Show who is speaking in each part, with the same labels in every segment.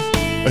Speaker 1: A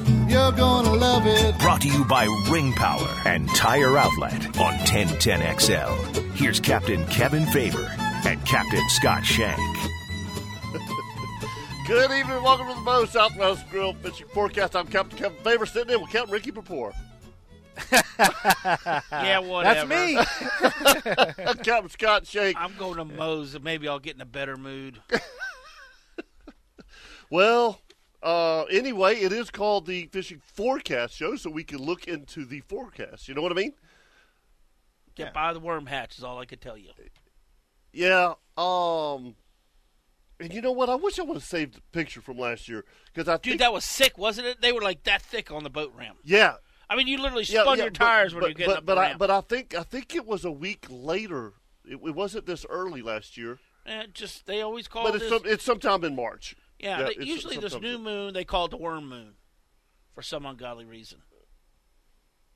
Speaker 2: You're gonna love it.
Speaker 3: Brought to you by Ring Power and Tire Outlet on 1010XL. Here's Captain Kevin Faber and Captain Scott Shank.
Speaker 1: Good evening, welcome to the Mo Southwest Grill Fishing Forecast. I'm Captain Kevin Favor, sitting in with Captain Ricky Papour.
Speaker 4: Yeah, whatever.
Speaker 5: That's me.
Speaker 1: Captain Scott Shake.
Speaker 4: I'm going to Moe's. and Maybe I'll get in a better mood.
Speaker 1: Well, uh, anyway, it is called the fishing forecast show, so we can look into the forecast. You know what I mean?
Speaker 4: Get by the worm hatch is all I could tell you.
Speaker 1: Yeah. Um. And you know what? I wish I would have saved the picture from last year because I think
Speaker 4: Dude, that was sick, wasn't it? They were like that thick on the boat ramp.
Speaker 1: yeah,
Speaker 4: I mean, you literally
Speaker 1: yeah,
Speaker 4: spun
Speaker 1: yeah,
Speaker 4: your
Speaker 1: but-
Speaker 4: tires when
Speaker 1: but,
Speaker 4: you get
Speaker 1: but,
Speaker 4: up
Speaker 1: but
Speaker 4: the
Speaker 1: I,
Speaker 4: ramp.
Speaker 1: but I think I think it was a week later. It, it wasn't this early last year,
Speaker 4: Eh, just they always call
Speaker 1: but
Speaker 4: Oh, this.
Speaker 1: it's some, it's sometime in March.
Speaker 4: yeah,
Speaker 1: yeah,
Speaker 4: they-
Speaker 1: it's
Speaker 4: usually this
Speaker 1: sometimes
Speaker 4: new moon they call it the worm moon, for some ungodly reason.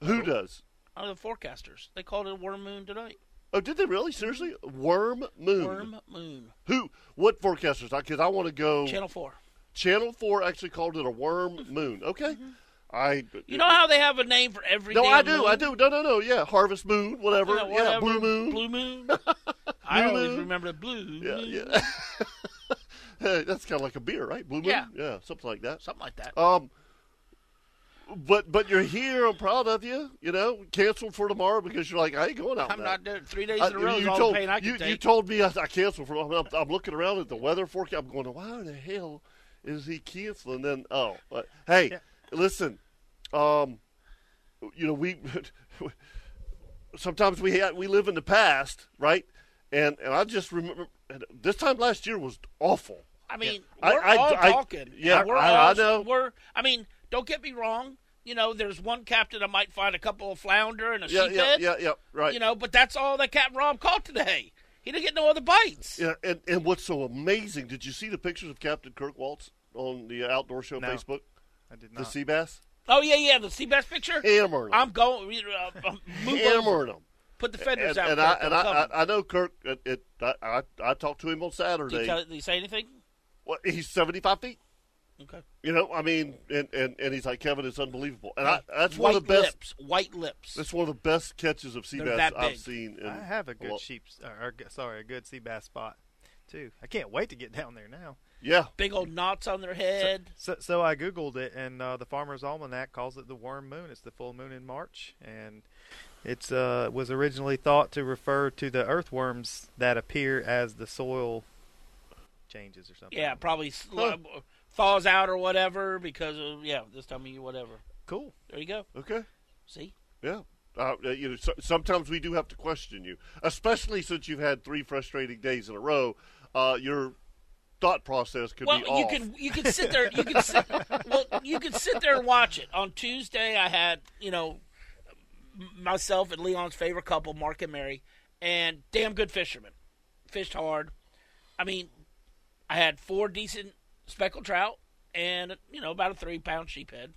Speaker 1: Who does?
Speaker 4: Oh, the forecasters they called it a worm moon tonight.
Speaker 1: Oh, did they really? Seriously? Worm Moon.
Speaker 4: Worm moon.
Speaker 1: Who? What forecasters? Because I want to go.
Speaker 4: Channel four. Mm-hmm.
Speaker 1: Channel Four actually called it a worm moon. Okay, I. uh,
Speaker 4: You know how they have a name for every.
Speaker 1: no,
Speaker 4: damn
Speaker 1: I do,
Speaker 4: moon?
Speaker 1: I do. No, no, no. Yeah, harvest moon, whatever.
Speaker 4: Yeah,
Speaker 1: Yeah,
Speaker 4: whatever.
Speaker 1: blue moon.
Speaker 4: Blue moon. I
Speaker 1: Blue
Speaker 4: always
Speaker 1: moon.
Speaker 4: remember the blue.
Speaker 1: yeah,
Speaker 4: moon.
Speaker 1: yeah. Hey, That's kind of like a beer, right? Blue moon.
Speaker 4: Yeah.
Speaker 1: yeah, something like that.
Speaker 4: Something like that.
Speaker 1: Um, but but you're here. I'm proud of you. You know, canceled for tomorrow because you're like, I ain't going out.
Speaker 4: I'm
Speaker 1: now.
Speaker 4: not doing three days
Speaker 1: I-
Speaker 4: in a row. is
Speaker 1: Uh, you,
Speaker 4: all
Speaker 1: told,
Speaker 4: the pain I can
Speaker 1: you,
Speaker 4: take.
Speaker 1: you told me I, I canceled for. I'm, I'm, I'm looking around at the weather forecast. I'm going, why the hell is he canceling? Then oh, but, hey, listen, um, you know we sometimes we ha- we live in the past, right? And and I just remember and this time last year was awful.
Speaker 4: I mean,
Speaker 1: I-
Speaker 4: we're
Speaker 1: I-
Speaker 4: all
Speaker 1: I-
Speaker 4: talking.
Speaker 1: yeah,
Speaker 4: we're
Speaker 1: I-
Speaker 4: all,
Speaker 1: I know.
Speaker 4: We're, I mean, don't get me wrong. You know, there's one captain I might find a couple of flounder and a
Speaker 1: Yeah, yeah,
Speaker 4: sheephead.
Speaker 1: yeah, yeah, right.
Speaker 4: You know, but that's all that Captain Rob caught today. He didn't get no other bites.
Speaker 1: Yeah, and and what's so amazing? Did you see the pictures of Captain Kirk Waltz on the Outdoor Show
Speaker 5: No,
Speaker 1: Facebook?
Speaker 5: I did
Speaker 1: The
Speaker 5: not.
Speaker 1: sea bass
Speaker 4: Oh yeah, yeah. The sea bass picture.
Speaker 1: hammering. 'em.
Speaker 4: I'm going. Uh, uh, move over.
Speaker 1: hammering 'em.
Speaker 4: Put the
Speaker 1: and,
Speaker 4: fenders out.
Speaker 1: and
Speaker 4: there.
Speaker 1: I and I,
Speaker 4: They'll
Speaker 1: I,
Speaker 4: cover.
Speaker 1: I know Kirk. It, it, I, I I talked to him on
Speaker 4: Did he,
Speaker 1: Saturday.
Speaker 4: tell, did he say anything?
Speaker 1: Well, he's seventy five feet.
Speaker 4: Okay.
Speaker 1: You know, I mean, and, and, and he's like Kevin. It's unbelievable, and I, that's
Speaker 4: White
Speaker 1: one of the best.
Speaker 4: lips. White lips.
Speaker 1: That's one of the best catches of sea bass
Speaker 4: They're that
Speaker 1: I've
Speaker 4: big.
Speaker 1: seen. In
Speaker 5: I have a good
Speaker 1: well,
Speaker 5: sheep's, or, or g- sorry, a good sea bass spot too. I can't wait to get down there now.
Speaker 1: Yeah,
Speaker 4: Big old knots on their head.
Speaker 5: So, so I googled it, and uh, the Farmer's Almanac calls it the Worm Moon. It's the full moon in March, and it's uh, was originally thought to refer to the earthworms that appear as the soil changes or something.
Speaker 4: yeah, probably sl- thaws out or whatever because of yeah this time of year whatever.
Speaker 5: cool.
Speaker 4: There you go.
Speaker 1: okay,
Speaker 4: See.
Speaker 1: yeah. Uh, you know, so, sometimes we do have to question you, especially since you've had three frustrating days in a row. Uh, your thought process could
Speaker 4: Well,
Speaker 1: be
Speaker 4: you
Speaker 1: off.
Speaker 4: can you can sit there you can sit, well you can sit there and watch it. On Tuesday, I had you know m- myself and Leon's favorite couple, Mark and Mary, and damn good fishermen, fished hard. I mean, I had four decent speckled trout and you know about a three pound sheephead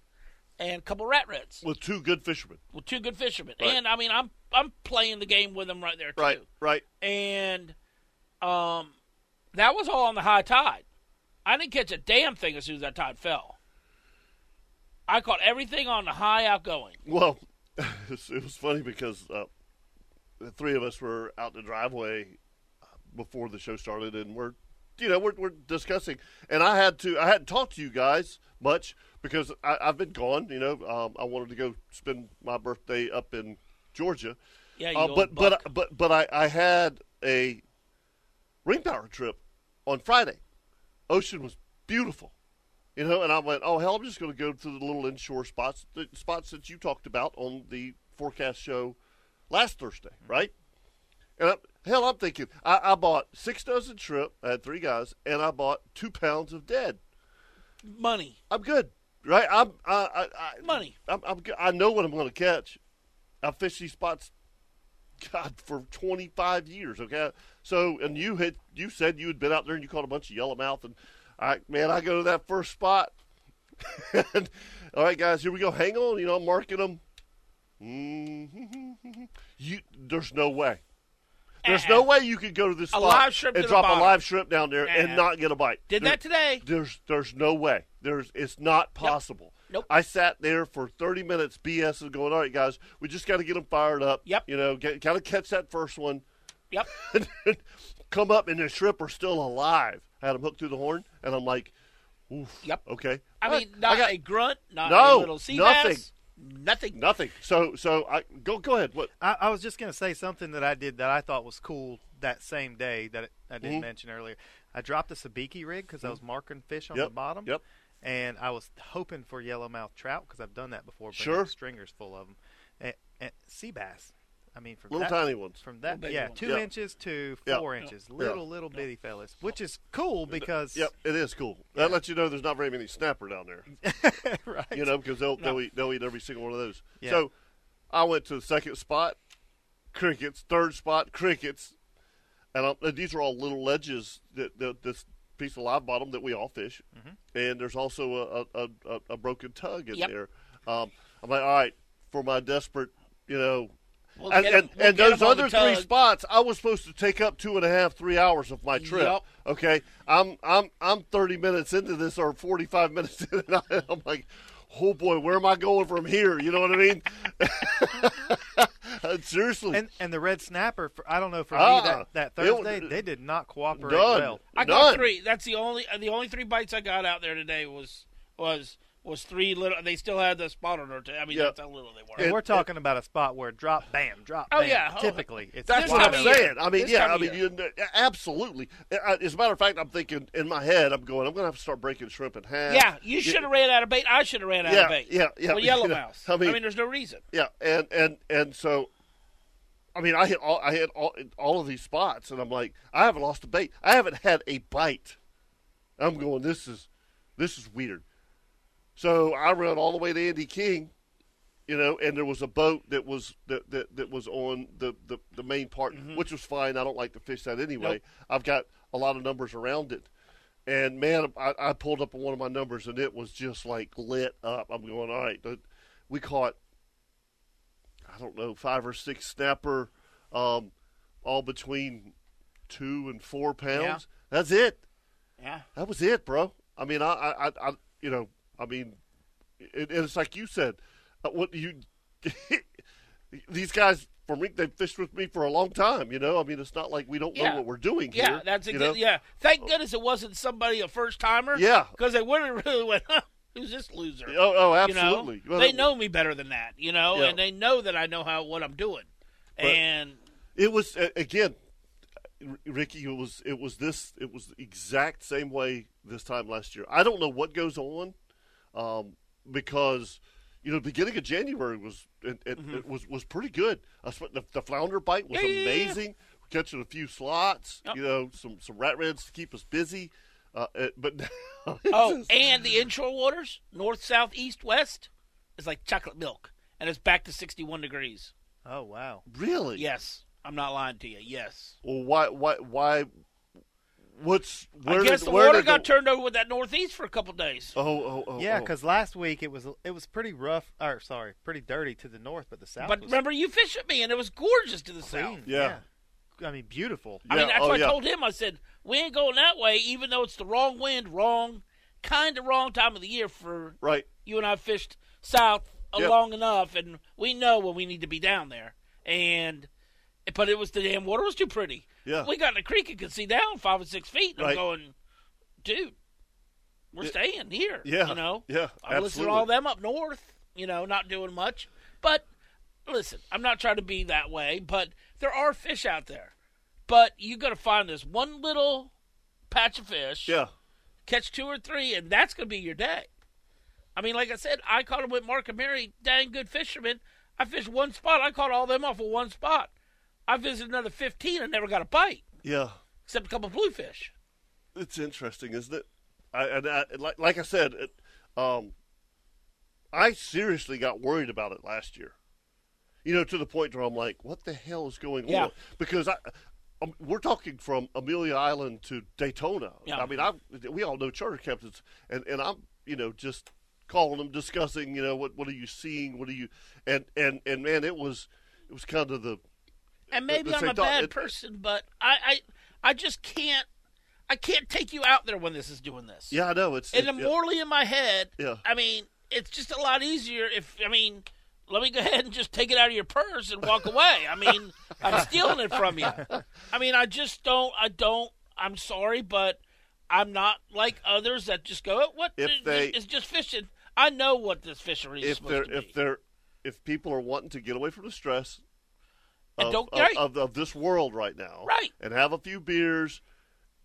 Speaker 4: and a couple rat reds.
Speaker 1: with two good fishermen.
Speaker 4: Well, two good fishermen,
Speaker 1: Right.
Speaker 4: and I mean I'm I'm playing the game with them right there too.
Speaker 1: Right, right.
Speaker 4: and um, that was all on the high tide. I didn't catch a damn thing as soon as that tide fell. I caught everything on the high outgoing.
Speaker 1: Well, it was funny because uh, the three of us were out in the driveway before the show started, and we're you know we're, we're discussing. And I had to I hadn't talked to you guys much because I, I've been gone. You know, um, I wanted to go spend my birthday up in Georgia.
Speaker 4: Yeah, you
Speaker 1: Uh,
Speaker 4: old
Speaker 1: but,
Speaker 4: buck.
Speaker 1: but but but I, I had a ring power trip on Friday. Ocean was beautiful, you know, and I went, oh hell, I'm just going to go to the little inshore spots, the spots that you talked about on the forecast show last Thursday, right? And I, hell, I'm thinking I, I bought six dozen shrimp. I had three guys, and I bought two pounds of dead.
Speaker 4: money,
Speaker 1: I'm good, right? I'm I, I, I
Speaker 4: Money.
Speaker 1: I'm, I'm good. I know what I'm going to catch. I fish these spots, God, for 25 years. Okay, so and you had you said you had been out there and you caught a bunch of yellowmouth and I man, I go to that first spot. and, all right, guys, here we go. Hang on, you know, I'm marking them. Mm-hmm. You, there's no way. There's no
Speaker 4: Uh-uh.
Speaker 1: way you could go to this
Speaker 4: A
Speaker 1: spot
Speaker 4: live shrimp
Speaker 1: and
Speaker 4: to the
Speaker 1: drop a
Speaker 4: bottom.
Speaker 1: live shrimp down there
Speaker 4: Uh-uh.
Speaker 1: and not get a bite.
Speaker 4: Did
Speaker 1: There-
Speaker 4: that today.
Speaker 1: there's there's no way. There's it's not possible.
Speaker 4: Nope.
Speaker 1: I sat there for 30 minutes BS and going, all right, guys, we just got to get them fired up.
Speaker 4: Yep.
Speaker 1: You know, get, gotta catch that first one.
Speaker 4: Yep.
Speaker 1: Come up and the shrimp are still alive. I had them hooked through the horn, and I'm like, oof.
Speaker 4: Yep.
Speaker 1: Okay.
Speaker 4: I
Speaker 1: All
Speaker 4: mean,
Speaker 1: right,
Speaker 4: not
Speaker 1: got
Speaker 4: a grunt, not
Speaker 1: No,
Speaker 4: a little sea
Speaker 1: nothing.
Speaker 4: bass, nothing.
Speaker 1: nothing. So so I go go ahead. What?
Speaker 5: I, I was just going to say something that I did that I thought was cool that same day that it, I didn't
Speaker 1: Mhm.
Speaker 5: mention earlier. I dropped a sabiki rig because I was marking fish on
Speaker 1: Mm-hmm. Yep,
Speaker 5: the bottom.
Speaker 1: yep.
Speaker 5: And I was hoping for yellowmouth trout because I've done that before. bringing
Speaker 1: Sure.
Speaker 5: Stringers full of them. And, and sea bass. I mean, from
Speaker 1: Little
Speaker 5: that,
Speaker 1: tiny ones.
Speaker 5: From that,
Speaker 4: baby
Speaker 5: yeah,
Speaker 4: ones.
Speaker 5: two
Speaker 1: Yep.
Speaker 5: inches to
Speaker 1: Yep.
Speaker 5: four inches, little little bitty fellas, which is cool because
Speaker 1: Yep, it is cool. That lets you know there's not very many snapper down there.
Speaker 5: right.
Speaker 1: you know, because they'll, they'll eat they'll eat every single one of those.
Speaker 5: Yeah.
Speaker 1: So I went to the second spot, crickets. Third spot, crickets. And, i and these are all little ledges that, that this piece of live bottom that we all fish. And there's also a a, a, a broken tug in
Speaker 4: Mm-hmm. Yep.
Speaker 1: there. Um, I'm like, all right, for my desperate, you know.
Speaker 4: We'll
Speaker 1: and
Speaker 4: get 'em-
Speaker 1: and,
Speaker 4: we'll
Speaker 1: and
Speaker 4: get 'em
Speaker 1: those
Speaker 4: on the
Speaker 1: other three
Speaker 4: tug.
Speaker 1: spots, I was supposed to take up two and a half, three hours of my trip.
Speaker 4: Yep.
Speaker 1: Okay, I'm I'm I'm 30 minutes into this or 45 minutes in, and I, I'm like, oh boy, where am I going from here? You know what I mean? Seriously,
Speaker 5: And and the red snapper, for, I don't know for
Speaker 1: Ah,
Speaker 5: me that, that
Speaker 1: it was-
Speaker 5: Thursday they did not cooperate
Speaker 1: done.
Speaker 5: well.
Speaker 4: I got
Speaker 1: None.
Speaker 4: three. That's the only uh, the only three bites I got out there today was was was three little. They still had the spot on her. I mean,
Speaker 1: Yeah.
Speaker 4: that's how little they were.
Speaker 5: And we're talking about a spot where drop, bam, drop,
Speaker 4: Oh,
Speaker 5: bam.
Speaker 4: yeah. Oh,
Speaker 5: Typically, it's
Speaker 1: That's
Speaker 4: This
Speaker 1: what
Speaker 5: wide
Speaker 1: I'm
Speaker 4: time
Speaker 5: open.
Speaker 4: of
Speaker 1: saying.
Speaker 4: year.
Speaker 1: I mean,
Speaker 4: This
Speaker 1: yeah,
Speaker 4: time
Speaker 1: I
Speaker 4: of
Speaker 1: mean, you,
Speaker 4: year.
Speaker 1: absolutely. I- As a matter of fact, I'm thinking in my head, I'm going, I'm going to have to start breaking shrimp in half.
Speaker 4: yeah, you should have ran out of bait. I should have ran out
Speaker 1: Yeah,
Speaker 4: of bait.
Speaker 1: yeah, yeah,
Speaker 4: Well,
Speaker 1: you know,
Speaker 4: yellow mouse.
Speaker 1: I
Speaker 4: I
Speaker 1: mean-
Speaker 4: mean, there's no reason.
Speaker 1: Yeah, and and and so, I mean, I hit all I hit all all of these spots, and I'm like, I haven't lost a bait. I haven't had a bite. I'm going. This is, this is weird. So I ran all the way to Andy King, you know, and there was a boat that was that that, that was on the, the the main part, which was fine. I don't like to fish that anyway.
Speaker 4: Nope.
Speaker 1: I've got a lot of numbers around it. And man, I, I pulled up one of my numbers and it was just like lit up. I'm going, all right, th- we caught I don't know, five or six snapper, um, all between two and four pounds. That's it.
Speaker 4: Yeah.
Speaker 1: That was it, bro. I mean, I, I, I, I you know, I mean, it, it's like you said, uh, what you, these guys from Rink, they fished with me for a long time. You know, I mean, it's not like we don't
Speaker 4: Yeah.
Speaker 1: know what we're doing
Speaker 4: Yeah,
Speaker 1: here.
Speaker 4: that's
Speaker 1: you
Speaker 4: exactly.
Speaker 1: know?
Speaker 4: Yeah, thank goodness it wasn't somebody a first timer.
Speaker 1: Yeah.
Speaker 4: because they would have really went, huh, "Who's this loser?"
Speaker 1: Oh, oh,
Speaker 4: You know?
Speaker 1: absolutely. Well,
Speaker 4: they
Speaker 1: that-
Speaker 4: know me better than that, you know,
Speaker 1: Yeah.
Speaker 4: and they know that I know how what I'm doing. and
Speaker 1: It was a- again, R- Ricky. It was it was this. It was the exact same way this time last year. I don't know what goes on, um, because you know, beginning of January was it, it, it was was pretty good. I swear, the, the flounder bite was
Speaker 4: Mm-hmm. Yeah, yeah, yeah, yeah.
Speaker 1: amazing. Catching a few slots,
Speaker 4: Yep.
Speaker 1: you know, some some rat reds to keep us busy. Uh, it, but now
Speaker 4: oh, and the inshore waters, north, south, east, west, is like chocolate milk, and it's back to 61 degrees.
Speaker 5: Oh wow.
Speaker 1: really,
Speaker 4: Yes, I'm not lying to you. Yes,
Speaker 1: Well, why why why? What's where?
Speaker 4: I guess
Speaker 1: did,
Speaker 4: the
Speaker 1: where
Speaker 4: water
Speaker 1: did
Speaker 4: got
Speaker 1: the-
Speaker 4: turned over with that northeast for a couple days.
Speaker 1: Oh oh oh.
Speaker 5: Yeah,
Speaker 1: oh.
Speaker 5: because last week it was it was pretty rough. Or sorry, pretty dirty to the north, but the south.
Speaker 4: but
Speaker 5: was
Speaker 4: remember, you fished at me, and it was gorgeous to the south.
Speaker 5: clean.
Speaker 1: Yeah.
Speaker 5: I mean, beautiful.
Speaker 4: I mean,
Speaker 1: Yeah,
Speaker 4: that's
Speaker 1: oh,
Speaker 4: what
Speaker 1: yeah.
Speaker 4: I told him. I said, we ain't going that way, even though it's the wrong wind, wrong, kind of wrong time of the year for
Speaker 1: right.
Speaker 4: you and I fished south uh,
Speaker 1: Yep.
Speaker 4: long enough, and we know when we need to be down there. And but it was the damn water was too pretty.
Speaker 1: Yeah.
Speaker 4: We got in the creek and could see down five or six feet. And
Speaker 1: Right.
Speaker 4: I'm going, dude, we're staying here.
Speaker 1: yeah,
Speaker 4: You know?
Speaker 1: yeah,
Speaker 4: I'm listening to all
Speaker 1: absolutely.
Speaker 4: them up north, you know, not doing much. But listen, I'm not trying to be that way, but there are fish out there. But you got to find this one little patch of fish
Speaker 1: Yeah.
Speaker 4: catch two or three, and that's going to be your day. I mean, like I said, I caught them with Mark and Mary, dang good fishermen. I fished one spot. I caught all them off of one spot. I visited another 15 and never got a bite,
Speaker 1: Yeah.
Speaker 4: except a couple bluefish.
Speaker 1: It's interesting, isn't it? I, and I, like, like I said, it, um, I seriously got worried about it last year. You know, to the point where I'm like, "What the hell is going
Speaker 4: Yeah.
Speaker 1: on?" Because I, um, we're talking from Amelia Island to Daytona.
Speaker 4: Yeah.
Speaker 1: I mean, I we all know charter captains, and and I'm you know just calling them, discussing, you know, what what are you seeing? What are you? And and and man, it was it was kind of the
Speaker 4: And maybe
Speaker 1: the
Speaker 4: I'm
Speaker 1: same
Speaker 4: a
Speaker 1: thought.
Speaker 4: bad
Speaker 1: It-
Speaker 4: person, but I, I, I just can't. I can't take you out there when this is doing this.
Speaker 1: yeah, I know it's
Speaker 4: And
Speaker 1: it-
Speaker 4: the morally in my head,
Speaker 1: Yeah.
Speaker 4: I mean, it's just a lot easier if I mean, let me go ahead and just take it out of your purse and walk away. I mean, I'm stealing it from you. I mean, I just don't I don't I'm sorry, but I'm not like others that just go, "Oh, what
Speaker 1: If they-
Speaker 4: it's just fishing. I know what this fishery is
Speaker 1: if
Speaker 4: supposed
Speaker 1: they're
Speaker 4: to be.
Speaker 1: if they're if people are wanting to get away from the stress
Speaker 4: And
Speaker 1: of,
Speaker 4: don't-
Speaker 1: of,
Speaker 4: right.
Speaker 1: of, of this world right now,
Speaker 4: Right.
Speaker 1: and have a few beers,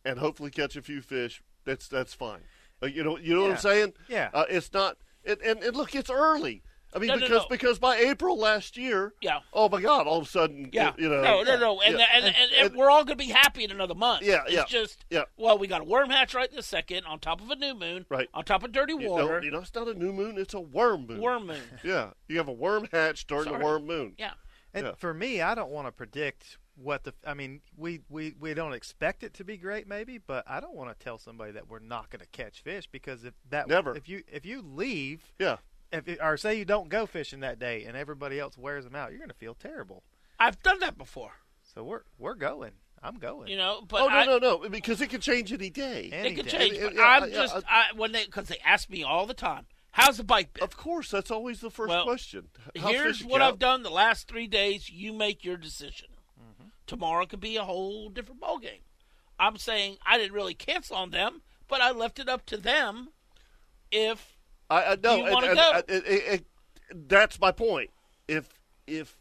Speaker 1: and hopefully catch a few fish, that's that's fine. Uh, you know, you know what
Speaker 5: Yeah.
Speaker 1: I'm saying?
Speaker 5: Yeah.
Speaker 1: Uh, it's not, it, and and look, it's early. I mean,
Speaker 4: No, no,
Speaker 1: because
Speaker 4: no.
Speaker 1: because by April last year,
Speaker 4: Yeah.
Speaker 1: Oh my God! All of a sudden,
Speaker 4: yeah,
Speaker 1: you know,
Speaker 4: no, no, no, and,
Speaker 1: yeah,
Speaker 4: and, and, and we're all going to be happy in another month.
Speaker 1: Yeah, yeah,
Speaker 4: it's just
Speaker 1: yeah.
Speaker 4: Well, we got a worm hatch right this second on top of a new moon,
Speaker 1: Right.
Speaker 4: on top of dirty
Speaker 1: you know,
Speaker 4: water,
Speaker 1: you know, it's not a new moon; it's a worm moon.
Speaker 4: worm moon.
Speaker 1: Yeah, you have a worm hatch during
Speaker 4: Sorry.
Speaker 1: the worm moon.
Speaker 4: Yeah.
Speaker 5: And
Speaker 1: Yeah.
Speaker 5: for me, I don't want to predict what the. I mean, we, we, we don't expect it to be great, maybe, but I don't want to tell somebody that we're not going to catch fish because if that
Speaker 1: Never.
Speaker 5: if you if you leave,
Speaker 1: Yeah.
Speaker 5: if it- or say you don't go fishing that day, and everybody else wears them out, you're going to feel terrible.
Speaker 4: I've done that before,
Speaker 5: So we're we're going. I'm going.
Speaker 4: you know. But
Speaker 1: oh no,
Speaker 4: I,
Speaker 1: no, no! Because it can change any day.
Speaker 5: And-
Speaker 4: it
Speaker 5: Any
Speaker 4: could
Speaker 5: day.
Speaker 4: change.
Speaker 1: And- and-
Speaker 4: But
Speaker 1: yeah, uh,
Speaker 4: I'm
Speaker 1: I-
Speaker 4: just I, when they because they ask me all the time, "How's the bike been?"
Speaker 1: Of course, that's always the first
Speaker 4: Well,
Speaker 1: question. How's
Speaker 4: Here's
Speaker 1: fishing,
Speaker 4: what
Speaker 1: Cal?
Speaker 4: I've done the last three days. You make your decision.
Speaker 1: Mm-hmm.
Speaker 4: Tomorrow could be a whole different ballgame. I'm saying I didn't really cancel on them, but I left it up to them. If
Speaker 1: I, I know,
Speaker 4: you
Speaker 1: and,
Speaker 4: wanna
Speaker 1: and-
Speaker 4: go?
Speaker 1: and- and- and- and that's my point. If if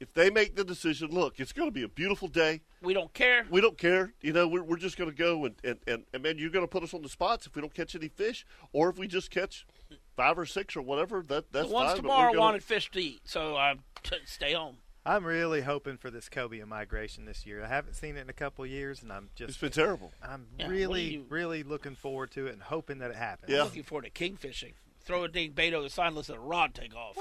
Speaker 1: if they make the decision, look, it's going to be a beautiful day.
Speaker 4: we don't care,
Speaker 1: We don't care. You know, we're, we're just going to go and, and, and, and man, you're going to put us on the spots if we don't catch any fish, or if we just catch five or six or whatever. That that's
Speaker 4: the ones
Speaker 1: fine, but we're
Speaker 4: tomorrow
Speaker 1: gonna-
Speaker 4: wanted fish to eat, so I t- stay home.
Speaker 5: I'm really hoping for this cobia migration this year. I haven't seen it in a couple years, and I'm
Speaker 1: It's
Speaker 5: just
Speaker 1: been terrible.
Speaker 5: I'm
Speaker 4: Yeah, what do
Speaker 5: really
Speaker 4: you-
Speaker 5: really looking forward to it and hoping that it happens.
Speaker 1: Yeah.
Speaker 4: Looking forward to king fishing. Throw a ding bait over the sign, let a rod take off.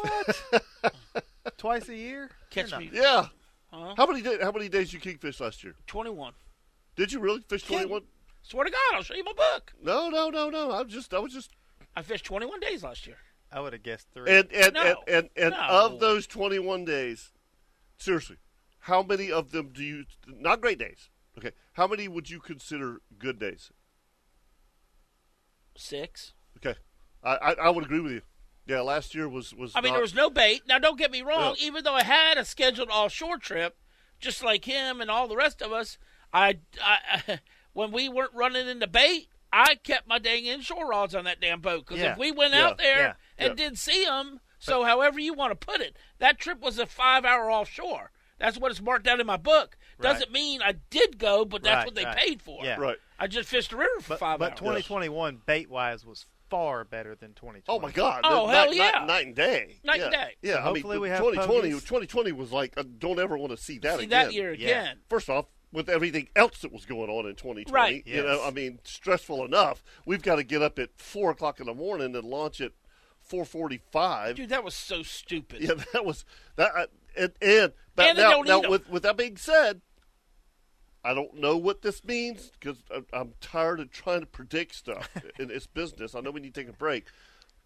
Speaker 5: Twice a year.
Speaker 4: Catch
Speaker 5: You're
Speaker 4: me
Speaker 1: Yeah. How many day, how many days you kingfish last year?
Speaker 4: 21.
Speaker 1: Did you really fish twenty one?
Speaker 4: Swear to God, I'll show you my book.
Speaker 1: No, no, no, no. I'm just I was just
Speaker 4: I fished 21 days last year.
Speaker 5: I would have guessed three.
Speaker 1: And and
Speaker 4: No.
Speaker 1: and, and, and
Speaker 4: No.
Speaker 1: of those 21 days, seriously, how many of them do you not great days? Okay, how many would you consider good days?
Speaker 4: Six.
Speaker 1: Okay, I I, I would agree with you. Yeah, last year was was.
Speaker 4: I mean,
Speaker 1: not-
Speaker 4: there was no bait. Now, don't get me wrong.
Speaker 1: Yeah.
Speaker 4: Even though I had a scheduled offshore trip, just like him and all the rest of us, I, I when we weren't running into bait, I kept my dang inshore rods on that damn boat. Because
Speaker 5: Yeah.
Speaker 4: if we went
Speaker 1: Yeah.
Speaker 4: out there
Speaker 5: Yeah.
Speaker 4: and
Speaker 1: Yeah.
Speaker 4: did see them, so however you want to put it, that trip was a five-hour offshore. That's what it's marked out in my book. Doesn't mean I did go, but that's
Speaker 5: Right,
Speaker 4: what they
Speaker 5: right.
Speaker 4: paid for.
Speaker 5: Yeah.
Speaker 1: right.
Speaker 4: I just fished the river for
Speaker 5: But,
Speaker 4: five
Speaker 5: but
Speaker 4: hours.
Speaker 5: 2021 bait wise was far better than 2020.
Speaker 1: Oh my God!
Speaker 4: Oh,
Speaker 1: the-
Speaker 4: hell
Speaker 1: night,
Speaker 4: yeah.
Speaker 1: Night, night and day.
Speaker 4: Night
Speaker 1: yeah.
Speaker 4: and day.
Speaker 1: Yeah, I
Speaker 5: Hopefully
Speaker 1: mean,
Speaker 5: we have
Speaker 1: 2020.
Speaker 5: pogies.
Speaker 1: 2020 was like I don't ever want to see that
Speaker 4: See
Speaker 1: again.
Speaker 4: that year
Speaker 5: Yeah.
Speaker 4: again.
Speaker 1: First off, with everything else that was going on in 2020,
Speaker 4: Right.
Speaker 1: you know,
Speaker 5: Yes.
Speaker 1: I mean, stressful enough. We've got to get up at four o'clock in the morning and launch at 4:45.
Speaker 4: Dude, that was so stupid.
Speaker 1: Yeah, that was that. I, and and, but
Speaker 4: And they
Speaker 1: now,
Speaker 4: don't
Speaker 1: now
Speaker 4: need 'em.
Speaker 1: with with that being said, I don't know what this means because I'm tired of trying to predict stuff in this business. I know we need to take a break,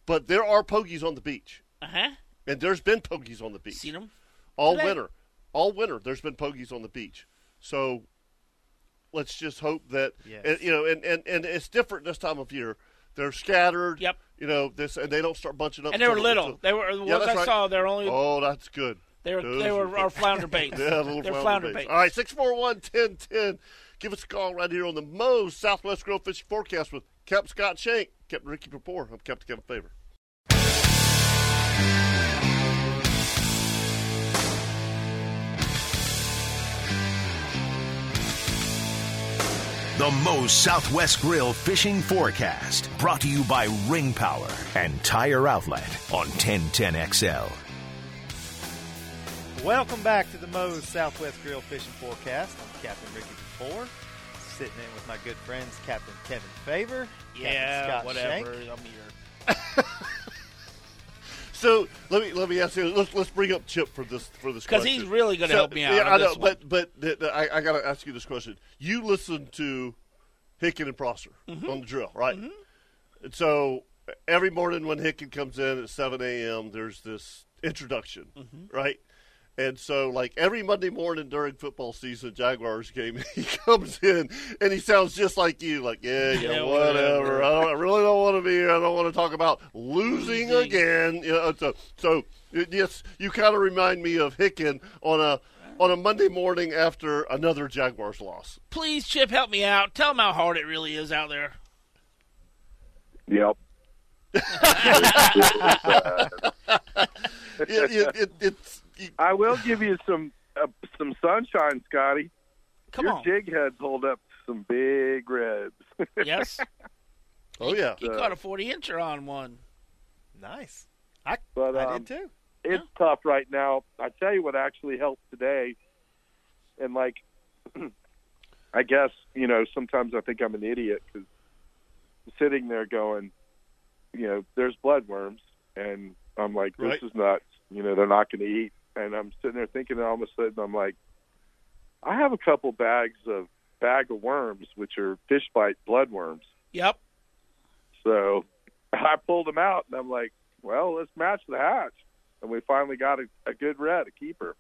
Speaker 1: but there are pogies on the beach,
Speaker 4: Uh-huh.
Speaker 1: and there's been pogies on the beach
Speaker 4: Seen them?
Speaker 1: all
Speaker 4: today.
Speaker 1: winter. All winter, there's been pogies on the beach. So let's just hope that
Speaker 5: Yes.
Speaker 1: and, you know, and, and and it's different this time of year. They're scattered.
Speaker 4: Yep.
Speaker 1: You know this, and they don't start bunching up.
Speaker 4: And they were
Speaker 1: until-
Speaker 4: little.
Speaker 1: until-
Speaker 4: They were the
Speaker 1: Yeah,
Speaker 4: ones
Speaker 1: that's
Speaker 4: I
Speaker 1: right.
Speaker 4: saw. They're only
Speaker 1: Oh, that's good.
Speaker 4: They were
Speaker 1: Those
Speaker 4: they
Speaker 1: are
Speaker 4: were our flounder baits.
Speaker 1: Yeah, little
Speaker 4: They're
Speaker 1: flounder,
Speaker 4: flounder
Speaker 1: baits.
Speaker 4: baits.
Speaker 1: All right, 641 1010. Give us a call right here on the Moe's Southwest Grill Fishing Forecast with Captain Scott Shank, Captain Ricky Papore. I'm Captain Kevin Favor.
Speaker 3: The Moe's Southwest Grill Fishing Forecast, brought to you by Ring Power and Tire Outlet on 1010XL.
Speaker 5: Welcome back to the Moe's Southwest Grill Fishing Forecast. I'm Captain Ricky Before, sitting in with my good friends Captain Kevin Favor, Captain
Speaker 4: Yeah,
Speaker 5: Scott
Speaker 4: whatever.
Speaker 5: Shank.
Speaker 4: I'm here.
Speaker 1: So let me let me ask you. Let's let's bring up Chip for this for this
Speaker 4: 'Cause
Speaker 1: because
Speaker 4: he's really gonna help me out
Speaker 1: Yeah,
Speaker 4: on
Speaker 1: I
Speaker 4: this
Speaker 1: know,
Speaker 4: one.
Speaker 1: but but th- th- I, I got to ask you this question. You listened to Hicken and Prosser
Speaker 4: Mm-hmm.
Speaker 1: on the drill, right? And so every morning when Hicken comes in at seven a.m., there's this introduction,
Speaker 4: Mm-hmm.
Speaker 1: right? And so, like every Monday morning during football season, Jaguars game, he comes in and he sounds just like you, like yeah, yeah,
Speaker 4: Yeah,
Speaker 1: whatever.
Speaker 4: whatever.
Speaker 1: I, don't, I really don't want to be. here. I don't want to talk about losing
Speaker 4: Losing.
Speaker 1: again. You know, so, so it- yes, you kind of remind me of Hicken on a on a Monday morning after another Jaguars loss.
Speaker 4: Please, Chip, help me out. Tell them how hard it really is out there.
Speaker 6: Yep.
Speaker 1: It, it, it, it's
Speaker 6: I will give you some uh, some sunshine, Scotty.
Speaker 4: Come
Speaker 6: Your
Speaker 4: on.
Speaker 6: jig heads hold up some big reds.
Speaker 4: Yes,
Speaker 1: oh yeah,
Speaker 4: he caught a forty-incher on one.
Speaker 5: Nice. I,
Speaker 6: But,
Speaker 5: I
Speaker 6: um,
Speaker 5: did too.
Speaker 6: it's tough right now. I tell you what actually helped today, and like, I guess you know sometimes I think I'm an idiot because sitting there going, you know, there's bloodworms, and I'm like, this
Speaker 1: Right.
Speaker 6: is nuts. You know, they're not going to eat, and I'm sitting there thinking, and all of a sudden I'm like, I have a couple bags of bag of worms, which are fish bite bloodworms.
Speaker 4: Yep.
Speaker 6: So I pulled him out, and I'm like, well, let's match the hatch. And we finally got a, a good red, a keeper.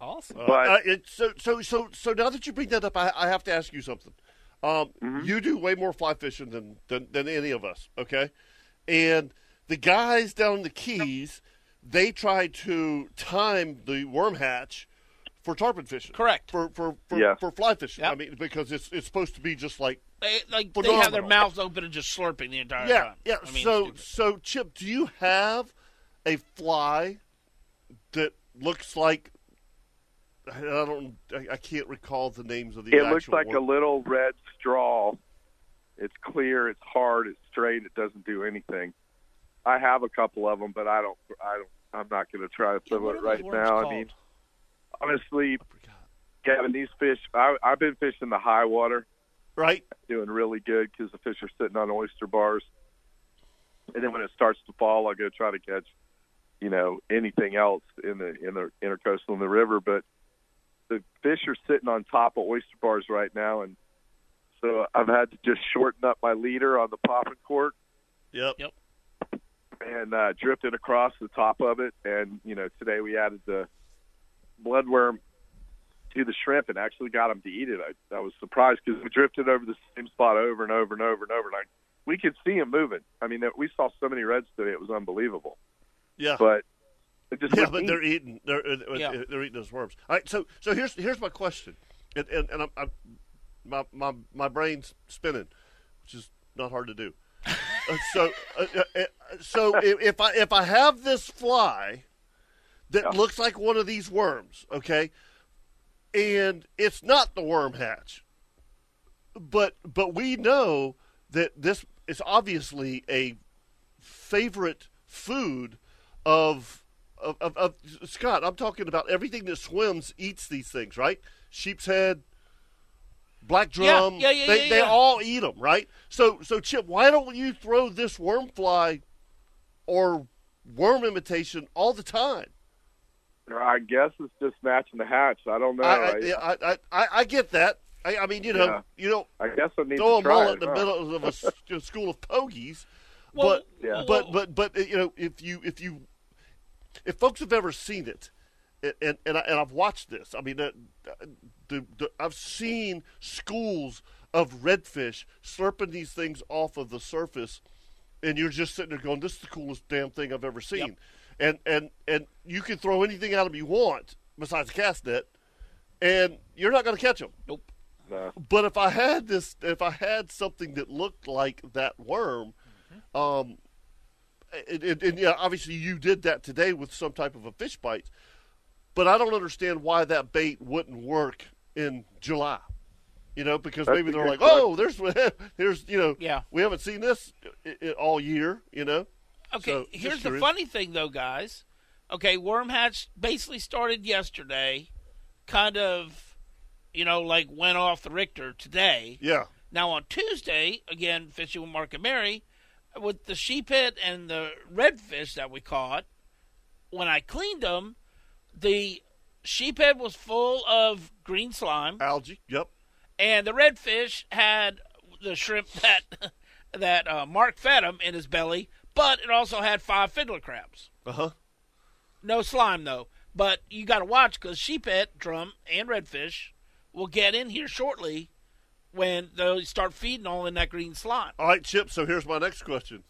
Speaker 5: Awesome.
Speaker 1: Uh,
Speaker 6: But-
Speaker 1: uh, it, so so so so now that you bring that up, I, I have to ask you something. Um,
Speaker 6: Mm-hmm.
Speaker 1: You do way more fly fishing than, than than any of us, okay? And the guys down in the Keys, they try to time the worm hatch for tarpon fishing.
Speaker 4: Correct.
Speaker 1: For for for,
Speaker 6: Yeah.
Speaker 1: for fly fishing.
Speaker 4: Yep.
Speaker 1: I mean, because it's it's supposed to be just like
Speaker 4: They like they have their
Speaker 1: Phenomenal.
Speaker 4: mouths open and just slurping the entire
Speaker 1: yeah
Speaker 4: time.
Speaker 1: yeah.
Speaker 4: I mean,
Speaker 1: so
Speaker 4: stupid.
Speaker 1: so Chip, do you have a fly that looks like? I don't. I, I can't recall the names of the.
Speaker 6: it looks
Speaker 1: actual
Speaker 6: like
Speaker 1: worm.
Speaker 6: a little red straw. It's clear, it's hard, it's straight, it doesn't do anything. I have a couple of them, but I don't. I don't. I'm not going to try to
Speaker 4: Yeah,
Speaker 6: fill
Speaker 4: what
Speaker 6: it
Speaker 4: are
Speaker 6: right
Speaker 4: those worms
Speaker 6: now. I
Speaker 4: called?
Speaker 6: mean, honestly,
Speaker 1: I forgot.
Speaker 6: Kevin, these fish. I, I've been fishing the high water,
Speaker 1: Right?
Speaker 6: doing really good because the fish are sitting on oyster bars. And then when it starts to fall, I go try to catch, you know, anything else in the in the intercoastal in the river. But the fish are sitting on top of oyster bars right now, and so I've had to just shorten up my leader on the popping cork
Speaker 1: Yep.
Speaker 4: Yep.
Speaker 6: and uh, drifted across the top of it. And you know, today we added the bloodworm to the shrimp and actually got them to eat it. I, I was surprised because we drifted over the same spot over and over and over and over. Like we could see them moving. I mean, we saw so many reds today; it was unbelievable.
Speaker 1: Yeah.
Speaker 6: But it just
Speaker 1: yeah,
Speaker 6: wouldn't
Speaker 1: but
Speaker 6: eat.
Speaker 1: they're eating. They're uh, uh,
Speaker 4: Yeah.
Speaker 1: they're eating those worms. All right. So so here's here's my question, and and, and I'm, I'm my my my brain's spinning, which is not hard to do. Uh, so uh, uh, uh, so if, if I if I have this fly that looks like one of these worms, okay, and it's not the worm hatch, but but we know that this is obviously a favorite food of of, of, of Scott. I'm talking about everything that swims eats these things, right? Sheep's head, black
Speaker 4: Yeah,
Speaker 1: drum.
Speaker 4: yeah, yeah,
Speaker 1: they,
Speaker 4: yeah,
Speaker 1: they
Speaker 4: yeah.
Speaker 1: all eat them, right? So so Chip, why don't you throw this worm fly or worm imitation all the time?
Speaker 6: I guess it's just matching the hatch. I don't know.
Speaker 1: I,
Speaker 6: I,
Speaker 1: I, I, I, I get that. I, I mean, you know,
Speaker 6: Yeah.
Speaker 1: you don't
Speaker 6: I guess I need
Speaker 1: throw
Speaker 6: to
Speaker 1: a
Speaker 6: try
Speaker 1: mullet
Speaker 6: it,
Speaker 1: in the
Speaker 6: huh?
Speaker 1: middle of a, s- a school of pogies.
Speaker 4: Well,
Speaker 1: but
Speaker 6: Yeah.
Speaker 1: but but but uh, you know, if you if you if folks have ever seen it, and and, and, I, and I've watched this. I mean, uh, the, the, I've seen schools of redfish slurping these things off of the surface, and you're just sitting there going, "This is the coolest damn thing I've ever seen." and and and you can throw anything at them you want besides a cast net, and you're not going to catch them.
Speaker 4: Nope.
Speaker 6: No.
Speaker 1: But if I had this, if I had something that looked like that worm, um, and, and, and yeah, obviously you did that today with some type of a fish bite, but I don't understand why that bait wouldn't work in July. You know, because
Speaker 6: That's
Speaker 1: maybe
Speaker 6: a
Speaker 1: they're like,
Speaker 6: good
Speaker 1: oh, there's, here's, you know,
Speaker 4: Yeah.
Speaker 1: we haven't seen this i i all year. You know,
Speaker 4: Okay,
Speaker 1: So, just
Speaker 4: here's the
Speaker 1: curious.
Speaker 4: funny thing though, guys. Okay, Worm Hatch basically started yesterday, kind of, you know, like went off the Richter today.
Speaker 1: yeah,
Speaker 4: Now on Tuesday, again fishing with Mark and Mary, with the sheep head and the redfish that we caught. When I cleaned them, the sheep head was full of green slime,
Speaker 1: algae. Yep.
Speaker 4: and the redfish had the shrimp that that uh, Mark fed him in his belly, but it also had five fiddler crabs.
Speaker 1: Uh
Speaker 5: Uh-huh.
Speaker 1: huh.
Speaker 4: No slime though. But you got to watch because sheephead, drum, and redfish will get in here shortly when they start feeding all in that green slime.
Speaker 1: All right, Chip. So here's my next question: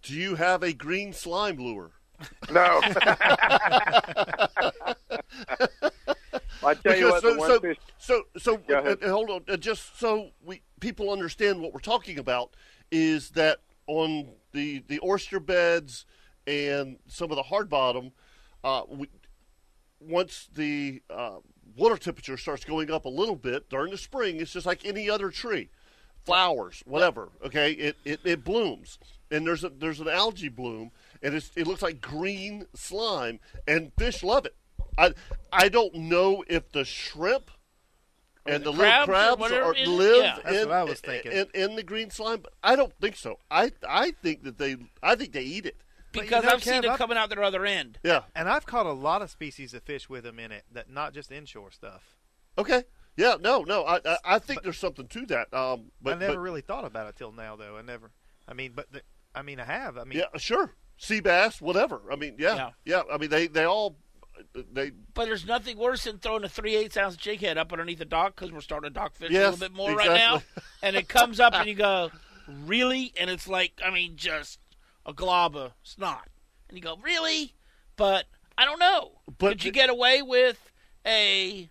Speaker 1: Do you have a green slime lure?
Speaker 6: No. I tell you what,
Speaker 1: so,
Speaker 6: the one
Speaker 1: so,
Speaker 6: fish.
Speaker 1: so so
Speaker 6: Go
Speaker 1: uh,
Speaker 6: ahead.
Speaker 1: uh, hold on. Uh, just so we people understand what we're talking about is that on the the oyster beds and some of the hard bottom, uh, we, once the uh, water temperature starts going up a little bit during the spring, it's just like any other tree, flowers, whatever. Okay, it, it, it blooms, and there's a, there's an algae bloom, and it's, it looks like green slime, and fish love it. I I don't know if the shrimp and the,
Speaker 4: the
Speaker 1: little
Speaker 4: crabs or
Speaker 1: crabs
Speaker 4: whatever
Speaker 1: are,
Speaker 4: it is,
Speaker 1: live
Speaker 4: yeah.
Speaker 5: That's
Speaker 1: in,
Speaker 5: what I was thinking.
Speaker 1: In, in the green slime, but I don't think so. I I think that they I think they eat it.
Speaker 5: But you
Speaker 4: Because
Speaker 5: know,
Speaker 4: I've seen
Speaker 5: Kev,
Speaker 4: it
Speaker 5: I've-
Speaker 4: coming out their other end.
Speaker 1: Yeah.
Speaker 5: And I've caught a lot of species of fish with them in it, that not just inshore stuff.
Speaker 1: Okay. Yeah. No. No. I I, I think there's something to that. Um. But
Speaker 5: I never
Speaker 1: but-
Speaker 5: really thought about it till now, though. I never. I mean, but the, I mean, I have. I mean,
Speaker 1: Yeah, sure. Sea bass, whatever. I mean, yeah, yeah. I mean, they they all they
Speaker 4: But there's nothing worse than throwing a 3 8 ounce jig head up underneath the dock because we're starting to dock fish a
Speaker 1: Yes,
Speaker 4: little bit more right now.
Speaker 1: exactly.
Speaker 4: And it comes up and you go, really? And it's like, I mean, just a glob of snot. And you go, really? But I don't know.
Speaker 1: But
Speaker 4: Could you
Speaker 1: the-
Speaker 4: get away with a.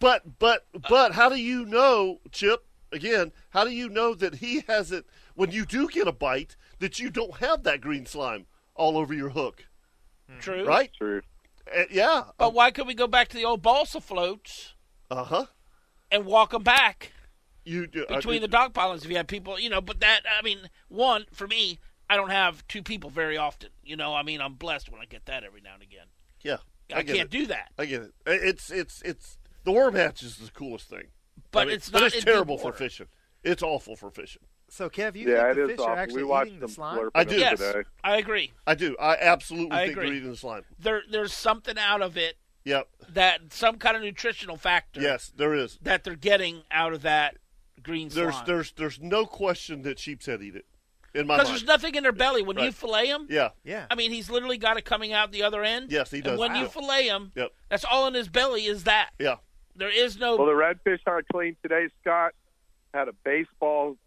Speaker 1: But but but how do you know, Chip? Again, how do you know that he hasn't? When you do get a bite, that you don't have that green slime all over your hook,
Speaker 4: True.
Speaker 1: Mm-hmm. right?
Speaker 6: True.
Speaker 1: Uh, yeah.
Speaker 4: But why could we go back to the old balsa floats
Speaker 1: Uh huh.
Speaker 4: and walk them back
Speaker 1: You uh, do I-
Speaker 4: between the dock pilings if you had people, you know? But that, I mean, one for me, I don't have two people very often. You know, I mean, I'm blessed when I get that every now and again.
Speaker 1: Yeah.
Speaker 4: I,
Speaker 1: get
Speaker 4: can't
Speaker 1: it.
Speaker 4: do that.
Speaker 1: I get it. I- It's it's it's the worm hatch is the coolest thing, I
Speaker 4: But
Speaker 1: mean,
Speaker 4: it's
Speaker 1: but
Speaker 4: not in
Speaker 1: it's
Speaker 4: deep
Speaker 1: terrible for
Speaker 4: water.
Speaker 1: fishing. It's awful for fishing.
Speaker 5: so Kev, you
Speaker 6: yeah,
Speaker 5: think
Speaker 6: it
Speaker 5: the
Speaker 6: is
Speaker 5: fish are
Speaker 6: awful.
Speaker 5: actually
Speaker 6: We
Speaker 5: eating
Speaker 6: watched
Speaker 5: the
Speaker 6: them
Speaker 5: slime?
Speaker 6: slurping
Speaker 1: I do.
Speaker 6: it
Speaker 4: Yes,
Speaker 6: today.
Speaker 4: I agree.
Speaker 1: I do. I absolutely
Speaker 4: I
Speaker 1: think
Speaker 4: agree.
Speaker 1: they're eating the slime.
Speaker 4: There, there's something out of it
Speaker 1: Yep.
Speaker 4: that some kind of nutritional factor
Speaker 1: Yes, there is.
Speaker 4: that they're getting out of that green
Speaker 1: There's
Speaker 4: slime.
Speaker 1: there's there's no question that sheepshead eat it. In my
Speaker 4: because
Speaker 1: mind.
Speaker 4: there's nothing in their belly when you
Speaker 1: Right.
Speaker 4: fillet them.
Speaker 1: yeah.
Speaker 5: Yeah.
Speaker 4: I mean, he's literally got it coming out the other end.
Speaker 1: Yes, he does.
Speaker 4: And when you
Speaker 1: Wow.
Speaker 4: fillet him,
Speaker 1: Yep.
Speaker 4: that's all in his belly is that.
Speaker 1: Yeah.
Speaker 4: There is no.
Speaker 6: Well, the redfish aren't clean today. Scott had a baseball